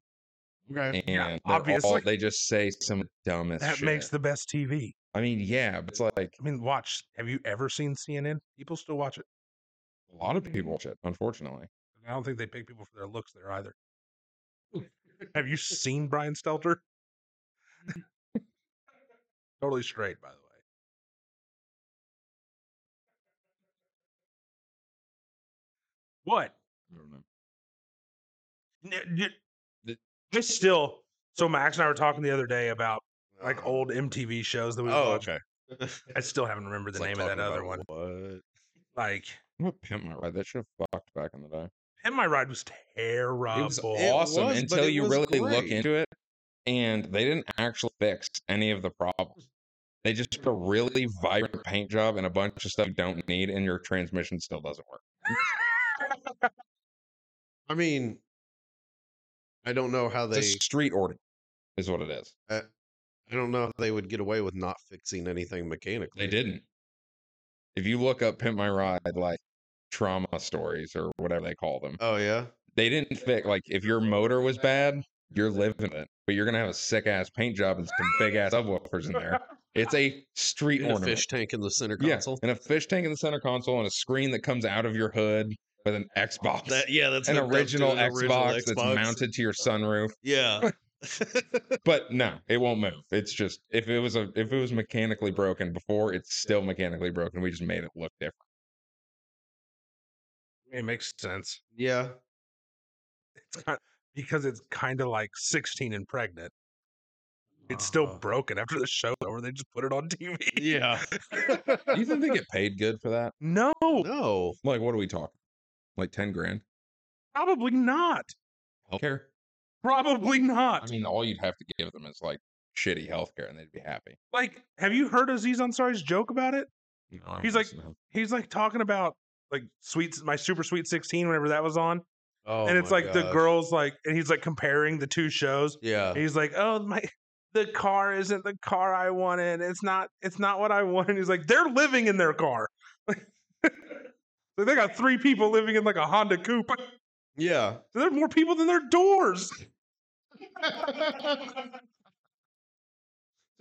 Speaker 3: Okay.
Speaker 2: And they're all-
Speaker 1: obviously.
Speaker 2: they just say some dumbest.
Speaker 1: that
Speaker 2: shit.
Speaker 1: makes the best TV.
Speaker 2: I mean, yeah, but it's like
Speaker 1: I mean, watch. Have you ever seen CNN? People still watch it.
Speaker 2: a lot of people watch it, unfortunately.
Speaker 1: And I don't think they pick people for their looks there either. Have you seen Brian Stelter? (laughs) totally straight, by the way. What?
Speaker 2: I don't know.
Speaker 1: N- n-
Speaker 2: The-
Speaker 1: I still. So Max and I were talking the other day about
Speaker 2: (laughs)
Speaker 1: like (laughs) old MTV shows that we
Speaker 3: Uh-huh. Oh,
Speaker 1: watched.
Speaker 3: okay.
Speaker 1: I still haven't remembered the
Speaker 3: It's like
Speaker 1: name of that
Speaker 3: talking
Speaker 1: other
Speaker 3: about
Speaker 1: one.
Speaker 3: What?
Speaker 1: Like,
Speaker 2: I'm gonna pimp my ride. That should have fucked back in the day.
Speaker 1: and my ride was terrible.
Speaker 2: it was
Speaker 1: (laughs)
Speaker 2: awesome
Speaker 3: was, but
Speaker 2: until
Speaker 3: it
Speaker 2: you
Speaker 3: was
Speaker 2: really look
Speaker 3: great.
Speaker 2: into it, and they didn't actually fix any of the problems. They just did a really vibrant paint job and a bunch of stuff you don't need, and your transmission still doesn't work.
Speaker 3: I mean, I don't know how
Speaker 2: It's a
Speaker 3: they.
Speaker 2: street order, is what it is.
Speaker 3: I don't know how they would get away with not fixing anything mechanically.
Speaker 2: They didn't. If you look up "pimp my ride," like trauma stories or whatever they call them,
Speaker 3: Oh yeah.
Speaker 2: they didn't fix like if your motor was bad, you're living it, but you're gonna have a sick ass paint job and some big
Speaker 3: (laughs)
Speaker 2: ass subwoofers in there. It's a street
Speaker 3: And a
Speaker 2: ornament.
Speaker 3: fish tank in the center
Speaker 2: Yeah, (laughs)
Speaker 3: console.
Speaker 2: and a fish tank in the center console, and a screen that comes out of your hood with an Xbox,
Speaker 3: That yeah, that's
Speaker 2: an
Speaker 3: hooked up to
Speaker 2: original,
Speaker 3: an
Speaker 2: Xbox
Speaker 3: original
Speaker 2: that's
Speaker 3: Xbox.
Speaker 2: mounted to your sunroof. (laughs)
Speaker 3: Yeah. (laughs)
Speaker 2: But no, it won't move. It's just if it was a if it was mechanically broken before, it's still mechanically broken. We just made it look different.
Speaker 1: it makes sense.
Speaker 3: yeah.
Speaker 1: it's kind because it's kind of like 16 and pregnant. It's still
Speaker 3: Uh-huh.
Speaker 1: broken after the show's over. They just put it on TV.
Speaker 3: (laughs) Yeah.
Speaker 2: Do you think they get paid good for that?
Speaker 1: No,
Speaker 3: No.
Speaker 2: Like, what are we talking? Like ten grand?
Speaker 1: probably not.
Speaker 2: Healthcare?
Speaker 1: Probably
Speaker 2: I
Speaker 1: not.
Speaker 2: mean, all you'd have to give them is like shitty healthcare, and they'd be happy.
Speaker 1: Like, have you heard Aziz Ansari's joke about it? He's like- (laughs)
Speaker 3: (laughs)
Speaker 1: He's like talking about like sweets, my super sweet 16, whenever that was on.
Speaker 3: Oh,
Speaker 1: and it's
Speaker 3: my
Speaker 1: like the
Speaker 3: gosh.
Speaker 1: girls, like, and he's like comparing the two shows.
Speaker 3: Yeah.
Speaker 1: And he's like, oh, my. The car isn't the car I wanted. It's not. It's not what I wanted. He's like, they're living in their car. (laughs) like they got three people living in like a Honda Coupe.
Speaker 3: Yeah.
Speaker 1: There are more people than their doors. Said,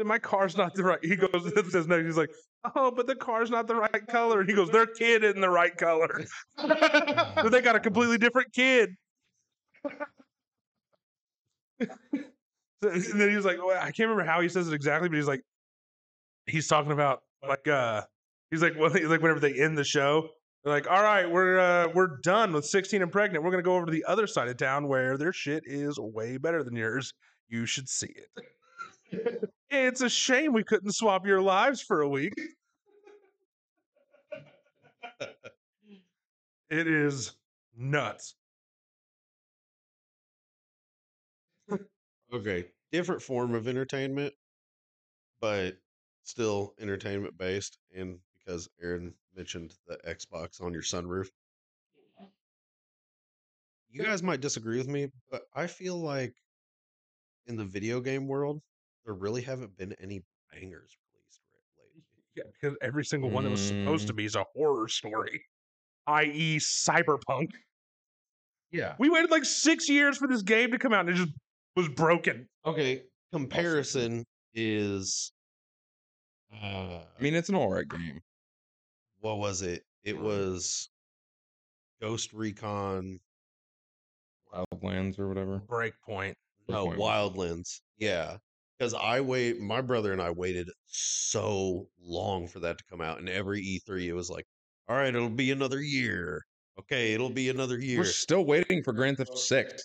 Speaker 1: My car's not the right. He goes, (laughs) this is next. He's like, oh, but the car's not the right color. And he goes, their kid isn't the right color. But they got a completely different kid. (laughs) So- and then he's like, well, I can't remember how he says it exactly, but he's like, he's talking about like, uh, he's like, well, (laughs) he's like whenever they end the show, they're like, all right, we're uh, we're done with 16 and pregnant. We're gonna go over to the other side of town where their shit is way better than yours. You should see it. (laughs) It's a shame we couldn't swap your lives for a week. it is nuts.
Speaker 3: Okay, different form of entertainment, but still entertainment based. And because Aaron mentioned the Xbox on your sunroof, you guys might disagree with me, but I feel like in the video game world, there really haven't been any bangers released r- lately.
Speaker 1: Yeah, because every single one that was supposed
Speaker 2: Mm.
Speaker 1: to be is a horror story, i.e., cyberpunk.
Speaker 3: Yeah.
Speaker 1: We waited like six years for this game to come out and it just was broken.
Speaker 3: Okay. Comparison is. Uh,
Speaker 2: I mean, it's an alright game.
Speaker 3: what was it? It was Ghost Recon.
Speaker 2: Wildlands or whatever.
Speaker 1: Breakpoint.
Speaker 3: No,
Speaker 2: Breakpoint was-
Speaker 3: Oh, Wildlands. Yeah. Because I wait, my brother and I waited so long for that to come out. And every E3, it was like, all right, it'll be another year. Okay, it'll be another year.
Speaker 2: We're still waiting for Grand Theft Six.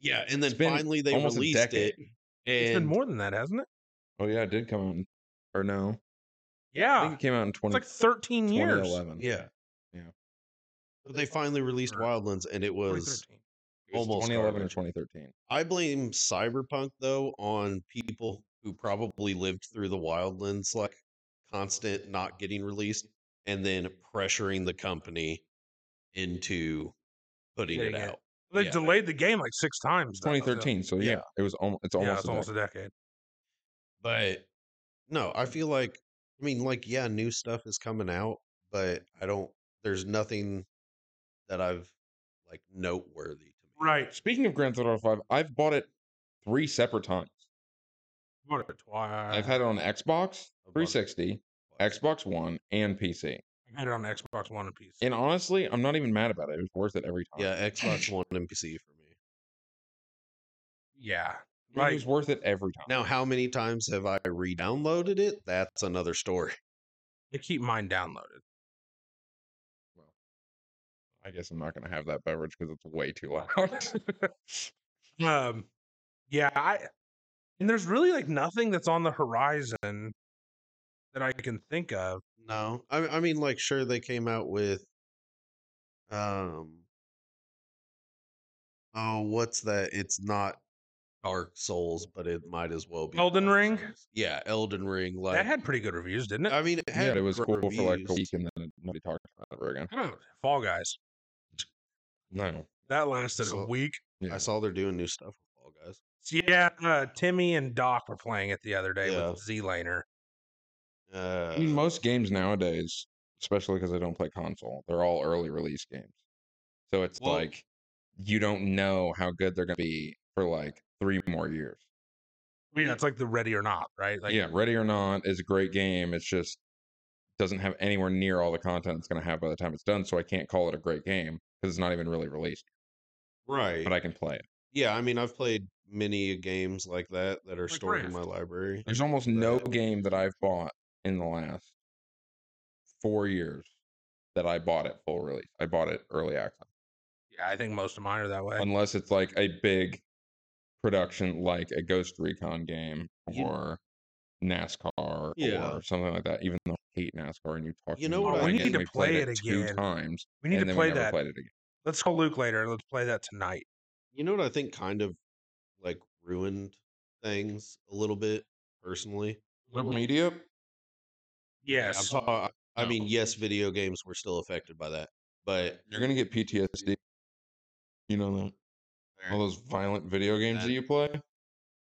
Speaker 3: yeah. And then
Speaker 2: it's been
Speaker 3: finally they
Speaker 2: almost a
Speaker 3: released it.
Speaker 2: decade.
Speaker 3: And
Speaker 1: it's been more than that, hasn't it?
Speaker 2: Oh yeah, it did come out. in- Or no, I think
Speaker 1: Yeah.
Speaker 2: it came out
Speaker 1: Ah,
Speaker 2: in
Speaker 1: It's
Speaker 2: 20,
Speaker 1: like 13 years.
Speaker 2: 2011.
Speaker 3: Yeah.
Speaker 2: Yeah.
Speaker 3: But they finally released
Speaker 1: Or-
Speaker 3: Wildlands and it was
Speaker 1: 2013.
Speaker 2: It was
Speaker 3: almost
Speaker 2: 2011
Speaker 3: garbage.
Speaker 2: or 2013.
Speaker 3: I blame Cyberpunk though on people who probably lived through the Wildlands like constant not getting released and then pressuring the company into putting it
Speaker 1: Getting it.
Speaker 3: out.
Speaker 1: They
Speaker 3: Yeah.
Speaker 1: delayed the game like six times.
Speaker 2: It's
Speaker 1: though, so-
Speaker 2: 2013, so yeah,
Speaker 3: Yeah.
Speaker 2: it was almost. It's almost.
Speaker 1: yeah, it's
Speaker 2: a
Speaker 1: almost a
Speaker 2: decade.
Speaker 1: decade.
Speaker 3: But no, I feel like I mean like yeah, new stuff is coming out, but I don't there's nothing that I've like noteworthy to me.
Speaker 1: Right.
Speaker 2: Speaking of Grand Theft Auto 5, I've bought it three separate times.
Speaker 1: Bought it twice.
Speaker 2: I've had it on Xbox
Speaker 3: I bought it
Speaker 2: 360, Xbox One, and PC.
Speaker 1: I had it on Xbox One and PC.
Speaker 2: And honestly, I'm not even mad about it. It was worth it every time.
Speaker 3: Yeah,
Speaker 1: (laughs)
Speaker 3: Xbox One and PC for me.
Speaker 1: yeah.
Speaker 2: I mean, it was worth it every time.
Speaker 3: Now how many times have I re-downloaded it? That's another story.
Speaker 1: They keep mine downloaded.
Speaker 2: I guess I'm not going to have that beverage because it's way too
Speaker 1: (laughs)
Speaker 2: loud. (laughs)
Speaker 1: Um, yeah, I and there's really like nothing that's on the horizon that I can think of.
Speaker 3: No, I I mean like sure they came out with um oh what's that? It's not Dark Souls, but it might as well be
Speaker 1: Elden
Speaker 3: Dark
Speaker 1: Ring?
Speaker 3: Souls. Yeah, Elden Ring. Like Uh,
Speaker 1: that had pretty good reviews, didn't it?
Speaker 3: I mean, it
Speaker 2: yeah,
Speaker 3: had
Speaker 2: it was
Speaker 3: great
Speaker 2: cool for like a
Speaker 3: reviews.
Speaker 2: week, and then nobody talked about it ever again.
Speaker 1: I don't know, Fall Guys
Speaker 2: No,
Speaker 1: that lasted
Speaker 3: So-
Speaker 1: a week.
Speaker 2: Yeah.
Speaker 3: I saw they're doing new stuff with Fall Guys.
Speaker 1: So yeah, uh, Timmy and Doc were playing it the other day
Speaker 3: Yeah.
Speaker 1: with Z Laner.
Speaker 3: Uh,
Speaker 2: I mean, most games nowadays, especially because I don't play console, they're all early release games. So it's
Speaker 3: Well-
Speaker 2: like you don't know how good they're going to be for like three more years.
Speaker 1: Yeah, it's like the Ready or Not, right? Like,
Speaker 2: yeah, Ready or Not is a great game. It's just doesn't have anywhere near all the content it's going to have by the time it's done. So I can't call it a great game because it's not even really released,
Speaker 3: right.
Speaker 2: but I can play it.
Speaker 3: yeah, I mean, I've played many games like that that are
Speaker 1: Like
Speaker 3: stored in my
Speaker 1: Raft.
Speaker 3: library.
Speaker 2: There's almost no
Speaker 3: Right.
Speaker 2: game that I've bought in the last four years that I bought at full release. I bought it early access.
Speaker 1: yeah, I think most of mine are that way.
Speaker 2: unless it's like a big production like a Ghost Recon game
Speaker 3: You-
Speaker 2: or NASCAR
Speaker 3: Yeah.
Speaker 2: or something like that. Even though I hate NASCAR and you talk,
Speaker 3: You know what
Speaker 1: I- We need to play it
Speaker 2: two
Speaker 1: again.
Speaker 2: times.
Speaker 1: we need
Speaker 2: and
Speaker 1: to
Speaker 2: then
Speaker 1: play
Speaker 2: never
Speaker 1: that.
Speaker 2: Played it again.
Speaker 1: Let's call Luke later and let's play that tonight.
Speaker 3: you know what I think kind of like ruined things a little bit personally.
Speaker 2: media.
Speaker 1: Yes,
Speaker 3: I'm ta- I
Speaker 2: Mm-hmm. No.
Speaker 3: mean, yes, video games were still affected by that, but
Speaker 2: You're gonna get PTSD. You know that all those violent video games that
Speaker 3: That-
Speaker 2: you play,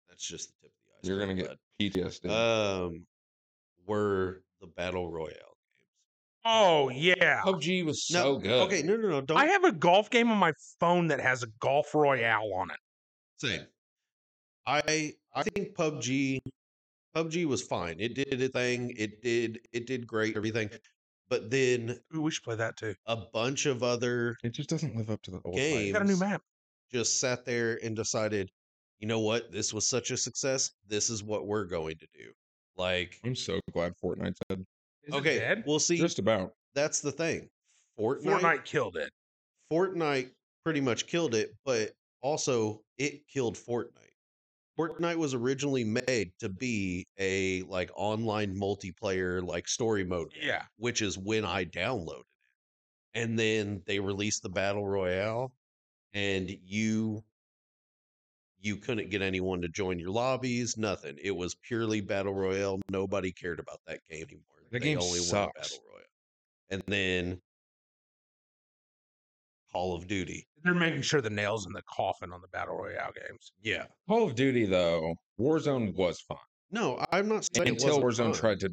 Speaker 3: that's just the tip of the iceberg.
Speaker 2: you're gonna get PTSD.
Speaker 3: bud. um were the battle royale games.
Speaker 1: Oh yeah.
Speaker 2: PUBG was so
Speaker 3: no,
Speaker 2: good.
Speaker 3: Okay, no, no, no. Don't
Speaker 1: I have a golf game on my phone that has a golf royale on it.
Speaker 3: Same. I I think PUBG PUBG was fine. It did a thing. It did it did great. Everything, but then
Speaker 1: Ooh, we should play that too.
Speaker 3: a bunch of other
Speaker 2: It just doesn't live up to the old
Speaker 1: We
Speaker 3: Game.
Speaker 2: hype.
Speaker 1: got a new
Speaker 3: Games.
Speaker 1: map.
Speaker 3: just sat there and decided, you know what, this was such a success. This is what we're going to do. Like,
Speaker 2: I'm so glad Fortnite's dead.
Speaker 1: Is it
Speaker 3: okay,
Speaker 1: dead?
Speaker 3: we'll see.
Speaker 2: Just about.
Speaker 3: that's the thing. Fortnite, Fortnite,
Speaker 1: Fortnite killed it.
Speaker 3: pretty much killed it, but also it killed Fortnite. Fortnite was originally made to be a like online multiplayer, like story mode, game,
Speaker 1: Yeah.
Speaker 3: which is when I downloaded it. And then they released the battle royale, and you You couldn't get anyone to join your lobbies, nothing. It was purely battle royale. Nobody cared about that game anymore.
Speaker 2: That game
Speaker 3: won
Speaker 2: sucks.
Speaker 3: battle royale. And then Call of Duty.
Speaker 1: They're making sure the nails in the coffin on the battle royale games.
Speaker 3: Yeah.
Speaker 2: Call of Duty though, Warzone was fun
Speaker 3: No, I'm not saying
Speaker 2: until
Speaker 3: it
Speaker 2: Warzone
Speaker 3: wasn't fun.
Speaker 2: tried to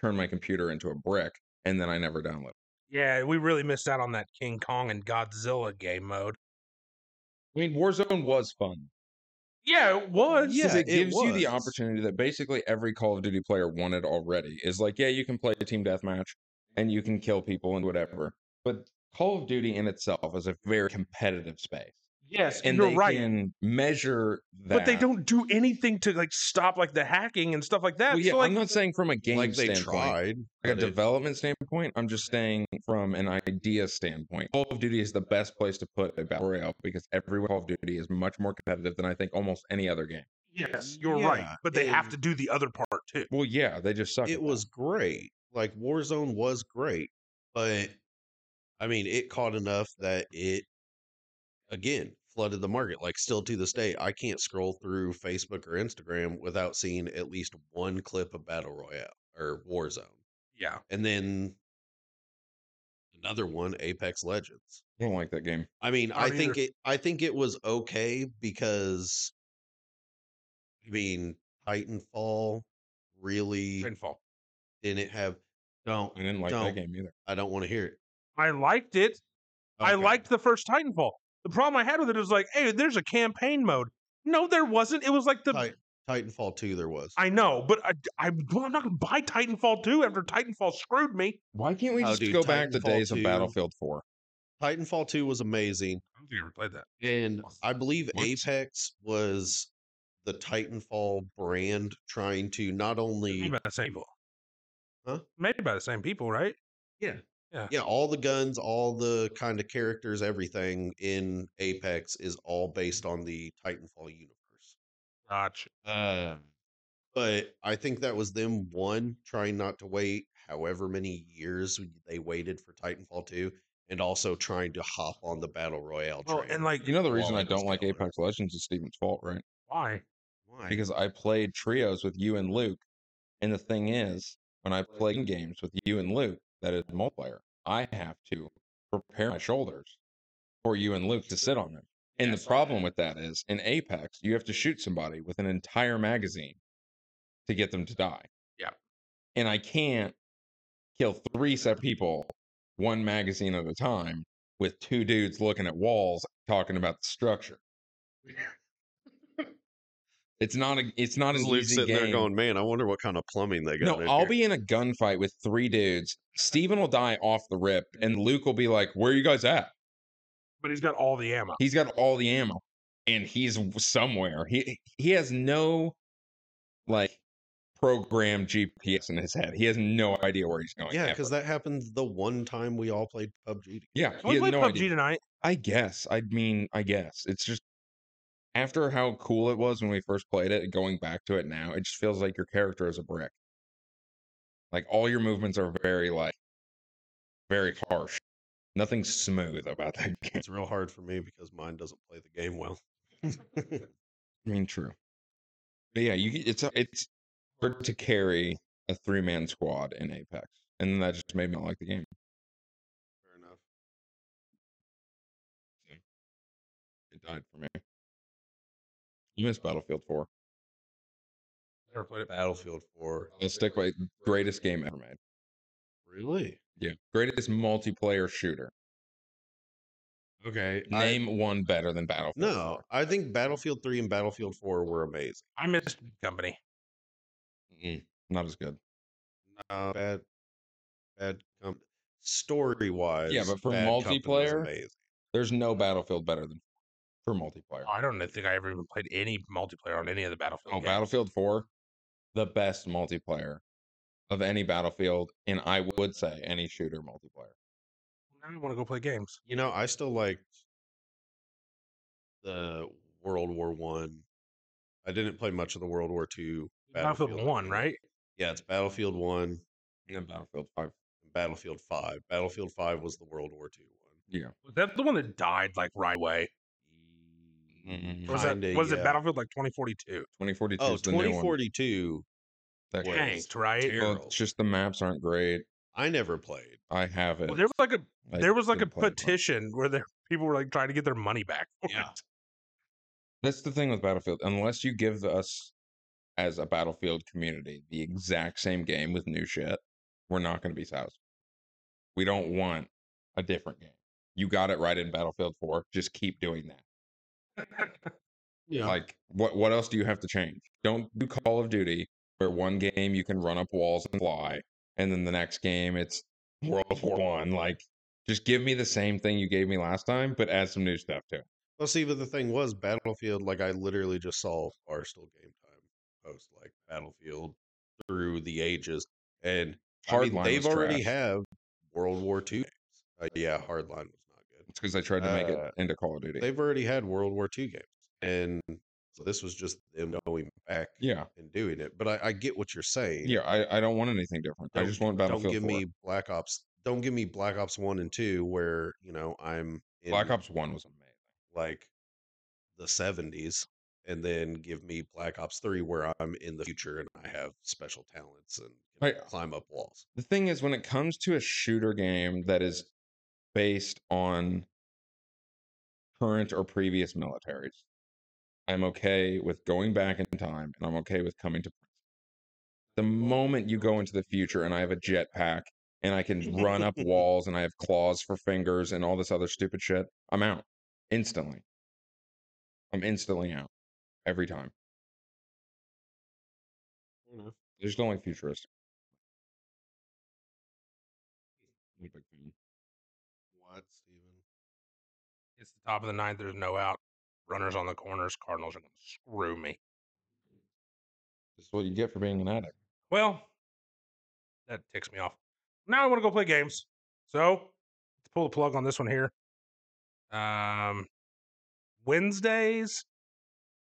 Speaker 2: turn my computer into a brick, and then I never downloaded.
Speaker 1: Yeah, we really missed out on that King Kong and Godzilla game mode.
Speaker 2: it. I mean, Warzone was fun.
Speaker 1: Yeah, it was.
Speaker 3: Yeah,
Speaker 2: 'cause it
Speaker 3: it
Speaker 2: gives you the
Speaker 3: was.
Speaker 2: opportunity that basically every Call of Duty player wanted already. Is like, yeah, you can play a team deathmatch and you can kill people and whatever. But Call of Duty in itself is a very competitive space,
Speaker 1: Yes,
Speaker 2: and
Speaker 1: you're
Speaker 2: they
Speaker 1: right.
Speaker 2: can measure that.
Speaker 1: but they don't do anything to like stop like the hacking and stuff like that.
Speaker 2: Well, yeah,
Speaker 1: so, like,
Speaker 2: I'm not saying from a game
Speaker 3: Like they
Speaker 2: standpoint.
Speaker 3: tried.
Speaker 2: like
Speaker 3: but
Speaker 2: a
Speaker 3: it-
Speaker 2: development standpoint, I'm just saying from an idea standpoint, Call of Duty is the best place to put a battle royale because every Call of Duty is much more competitive than I think almost any other game.
Speaker 1: yes, you're right.
Speaker 3: yeah,
Speaker 1: But they have
Speaker 3: and-
Speaker 1: to do the other part too.
Speaker 2: Well, yeah, they just suck. at
Speaker 3: it
Speaker 2: that.
Speaker 3: was great. Like Warzone was great, but I mean, it caught enough that it again flooded the market. Like still to this day, I can't scroll through Facebook or Instagram without seeing at least one clip of Battle Royale or Warzone.
Speaker 1: Yeah,
Speaker 3: And then another one, Apex Legends.
Speaker 2: I don't like that game.
Speaker 3: I mean,
Speaker 1: I
Speaker 3: I
Speaker 1: don't
Speaker 3: think
Speaker 1: either.
Speaker 3: it. I think it was okay because, I mean, Titanfall really
Speaker 1: Titanfall.
Speaker 3: didn't have. Don't
Speaker 2: I didn't like
Speaker 3: Don't.
Speaker 2: that game either.
Speaker 3: I don't want to hear it.
Speaker 1: I liked it. I
Speaker 3: Okay.
Speaker 1: liked the first Titanfall. The problem I had with it was like, hey, there's a campaign mode. No, there wasn't. It was like the
Speaker 3: Ti- Titanfall two. There was.
Speaker 1: I know, but I, I am not gonna buy Titanfall two after Titanfall screwed me.
Speaker 2: Why can't we
Speaker 3: Oh,
Speaker 2: just
Speaker 3: dude,
Speaker 2: go back to
Speaker 3: Titanfall
Speaker 2: days
Speaker 3: 2.
Speaker 2: of Battlefield 4?
Speaker 3: Titanfall two was amazing,
Speaker 1: I don't think I ever played that.
Speaker 3: and I believe
Speaker 2: What?
Speaker 3: Apex was the Titanfall brand trying to not only
Speaker 1: Made by the same people.
Speaker 3: Huh?
Speaker 1: Made by the same people, right?
Speaker 3: yeah all the guns, all the kind of characters, everything in Apex is all based on the Titanfall universe.
Speaker 1: Gotcha.
Speaker 3: Uh, but I think that was them one trying not to wait however many years they waited for Titanfall 2 and also trying to hop on the battle royale train.
Speaker 1: Well, and like,
Speaker 2: You know the
Speaker 3: Well,
Speaker 2: reason I
Speaker 3: it was
Speaker 2: don't like
Speaker 3: downloaded.
Speaker 2: Apex Legends is Steven's fault, right?
Speaker 1: why?
Speaker 3: why?
Speaker 2: Because I played trios with you and Luke. And the thing is, when I play games with you and Luke, that is multiplayer, I have to prepare my shoulders for you and Luke to sit on them. And the problem with that is in Apex, you have to shoot somebody with an entire magazine to get them to die.
Speaker 1: Yeah.
Speaker 2: And I can't kill three set people one magazine at a time with two dudes looking at walls talking about the structure. It's not a it's not an
Speaker 3: Luke
Speaker 2: easy
Speaker 3: sitting there
Speaker 2: game.
Speaker 3: going, man, I wonder what kind of plumbing they got.
Speaker 2: No, I'll be in a gunfight with three dudes. Steven will die off the rip, and Luke will be like, Where are you guys at?
Speaker 1: But he's got all the ammo.
Speaker 2: He's got all the ammo and he's w- somewhere. He he has no like programmed GPS in his head. He has no idea where he's going.
Speaker 3: Yeah,
Speaker 2: ever.
Speaker 3: because that happened the one time we all played PUBG. together.
Speaker 2: yeah,
Speaker 1: Can
Speaker 2: he
Speaker 1: we
Speaker 2: has
Speaker 1: play
Speaker 2: no
Speaker 1: PUBG
Speaker 2: idea.
Speaker 1: tonight?
Speaker 2: I guess. I mean, I guess. It's just after how cool it was when we first played it, going back to it now, it just feels like your character is a brick. Like all your movements are very like very harsh. Nothing smooth about that (laughs) game.
Speaker 3: It's real hard for me because mine doesn't play the game well. (laughs)
Speaker 2: I mean, true. But yeah, you c- it's a- it's hard to carry a three man squad in Apex, and then that just made me not like the game.
Speaker 3: Fair enough.
Speaker 2: It died for me. You missed Battlefield Four.
Speaker 1: Never played it.
Speaker 3: Battlefield 4.
Speaker 2: Let's stick by greatest game ever made.
Speaker 3: Really?
Speaker 2: Yeah, greatest multiplayer shooter.
Speaker 3: Okay. I,
Speaker 2: Name one better than Battlefield.
Speaker 3: no,
Speaker 2: 4.
Speaker 3: I think Battlefield 3 and Battlefield 4 were amazing.
Speaker 1: I missed company.
Speaker 2: Mm-mm, not as good.
Speaker 3: uh, bad, bad com- story wise.
Speaker 2: Yeah, but for multiplayer, There's no Battlefield better than for multiplayer.
Speaker 1: I don't think I ever even played any multiplayer on any of the Battlefield.
Speaker 2: Oh,
Speaker 1: games.
Speaker 2: Battlefield 4, the best multiplayer of any Battlefield, and I would say any shooter multiplayer.
Speaker 1: I don't want to go play games.
Speaker 3: you know, I still liked the World War One. I. didn't play much of the World War Two.
Speaker 1: Battlefield, One,
Speaker 3: game.
Speaker 1: right?
Speaker 3: Yeah, it's Battlefield One
Speaker 2: And then Battlefield 5.
Speaker 3: and Battlefield Five. Battlefield Five was the World War Two one.
Speaker 2: Yeah.
Speaker 1: Was that the one that died like right away?
Speaker 2: Mhm.
Speaker 1: Was that
Speaker 3: Kinda,
Speaker 1: was it
Speaker 3: yeah.
Speaker 1: Battlefield like 2042?
Speaker 2: 2042
Speaker 3: Oh,
Speaker 2: is the new one.
Speaker 3: 2042.
Speaker 2: that-
Speaker 3: was
Speaker 1: Tanked, right?
Speaker 3: terrible.
Speaker 2: Well, it's just the maps aren't great.
Speaker 3: I never played.
Speaker 2: I have it.
Speaker 1: Well, there was like a
Speaker 2: I
Speaker 1: there was like a
Speaker 2: didn't play it much.
Speaker 1: petition where there (laughs) people were like trying to get their money back.
Speaker 3: Yeah.
Speaker 2: That's the thing with Battlefield. Unless you give us, as a Battlefield community, the exact same game with new shit, we're not going to be satisfied. We don't want a different game. You got it right in Battlefield 4. Just keep doing that.
Speaker 3: Yeah.
Speaker 2: Like, what, what else do you have to change? Don't do Call of Duty, where one game you can run up walls and fly, and then the next game it's World War One. Like, just give me the same thing you gave me last time, but add some new stuff to it.
Speaker 3: Well, see, but the thing was, Battlefield, like, I literally just saw Barstool Game Time post, like, Battlefield through the ages. And I mean,
Speaker 2: Hardline
Speaker 3: they've
Speaker 2: was
Speaker 3: already
Speaker 2: trash.
Speaker 3: have World War II. games. Uh, yeah, Hardline was not good.
Speaker 2: It's because I tried to make
Speaker 3: Uh,
Speaker 2: it into Call of Duty.
Speaker 3: They've already had World War II games. And so this was just them going back (laughs)
Speaker 2: yeah,
Speaker 3: and doing it. But I, I get what you're saying.
Speaker 2: yeah. I, I don't want anything different. I
Speaker 3: Don't-
Speaker 2: just want
Speaker 3: Don't
Speaker 2: Battlefield.
Speaker 3: give
Speaker 2: 4.
Speaker 3: me Black Ops. Don't give me Black Ops 1 and 2 where, you know, I'm in
Speaker 2: Black Ops One was amazing.
Speaker 3: like the 70s and then give me Black Ops 3 where I'm in the future and I have special talents and can
Speaker 2: Right.
Speaker 3: climb up walls.
Speaker 2: The thing is, when it comes to a shooter game that is based on current or previous militaries, I'm okay with going back in time, and I'm okay with coming to. The moment you go into the future, and I have a jetpack, and I can run up walls, and I have claws for fingers, and all this other stupid shit, I'm out instantly. I'm instantly out every time. I just don't like futuristic. Not a big fan.
Speaker 3: What, Steven?
Speaker 1: (laughs) It's the top of the ninth. There's no out. Runners on the corners. Cardinals are going to screw me.
Speaker 2: This is what you get for being an addict.
Speaker 1: Well, that ticks me off. Now I want to go play games. So let's pull the plug on this one here. Um, Wednesdays,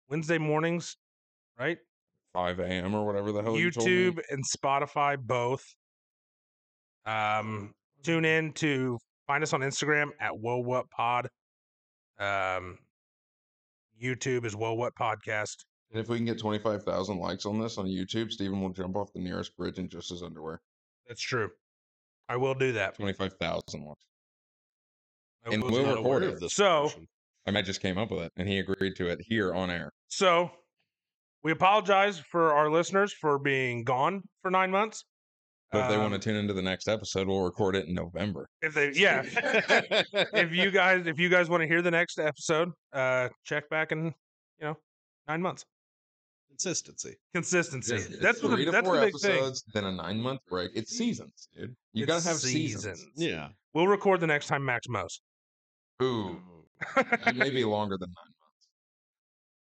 Speaker 1: Wednesday mornings, right?
Speaker 2: 5 a.m. or whatever the hell Oh, you told me.
Speaker 1: YouTube and Spotify both. Um, tune in to find us on Instagram at Whoa What Pod. Um, YouTube is Whoa What Podcast.
Speaker 2: And if we can get 25,000 likes on this on YouTube, Steven will jump off the nearest bridge in just his underwear.
Speaker 1: That's true. I will do that.
Speaker 2: 25,000 likes.
Speaker 1: I
Speaker 2: And
Speaker 1: will do
Speaker 2: we'll
Speaker 1: that.
Speaker 3: Not aware
Speaker 2: record it.
Speaker 3: of this
Speaker 1: So-
Speaker 3: promotion.
Speaker 2: I mean, I just came up with it and he agreed to it here on air.
Speaker 1: So we apologize for our listeners for being gone for nine months.
Speaker 2: But if they want to
Speaker 1: Um,
Speaker 2: tune into the next episode, we'll record it in November.
Speaker 1: if they,
Speaker 2: (laughs)
Speaker 1: yeah, if you guys, if you guys want to hear the next episode, uh, check back in, you know, nine months.
Speaker 3: consistency.
Speaker 1: Consistency.
Speaker 2: It's- it's
Speaker 1: that's what the,
Speaker 2: three to
Speaker 1: that's
Speaker 2: four
Speaker 1: the big thing.
Speaker 2: episodes, then a nine month break. It's seasons, dude. You
Speaker 1: It's
Speaker 2: gotta have seasons.
Speaker 3: Yeah.
Speaker 1: We'll record the next time Max mows. (laughs)
Speaker 2: Ooh, maybe longer than nine.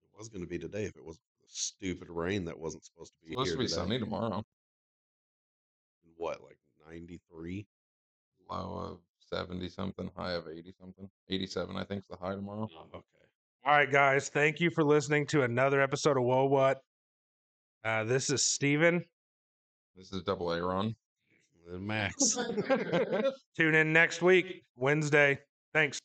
Speaker 3: It was going to be today if it wasn't for the stupid rain that wasn't supposed to be
Speaker 2: It's supposed
Speaker 3: here
Speaker 2: to be
Speaker 3: today.
Speaker 2: sunny tomorrow.
Speaker 3: What, like 93?
Speaker 2: Low of seventy something, high of eighty something. Eighty seven, I think, is the high tomorrow.
Speaker 3: Oh, okay.
Speaker 1: All right, guys. Thank you for listening to another episode of Whoa What. Uh, this is Steven.
Speaker 2: This is double A Ron.
Speaker 3: And Max.
Speaker 1: Tune in next week, Wednesday. Thanks.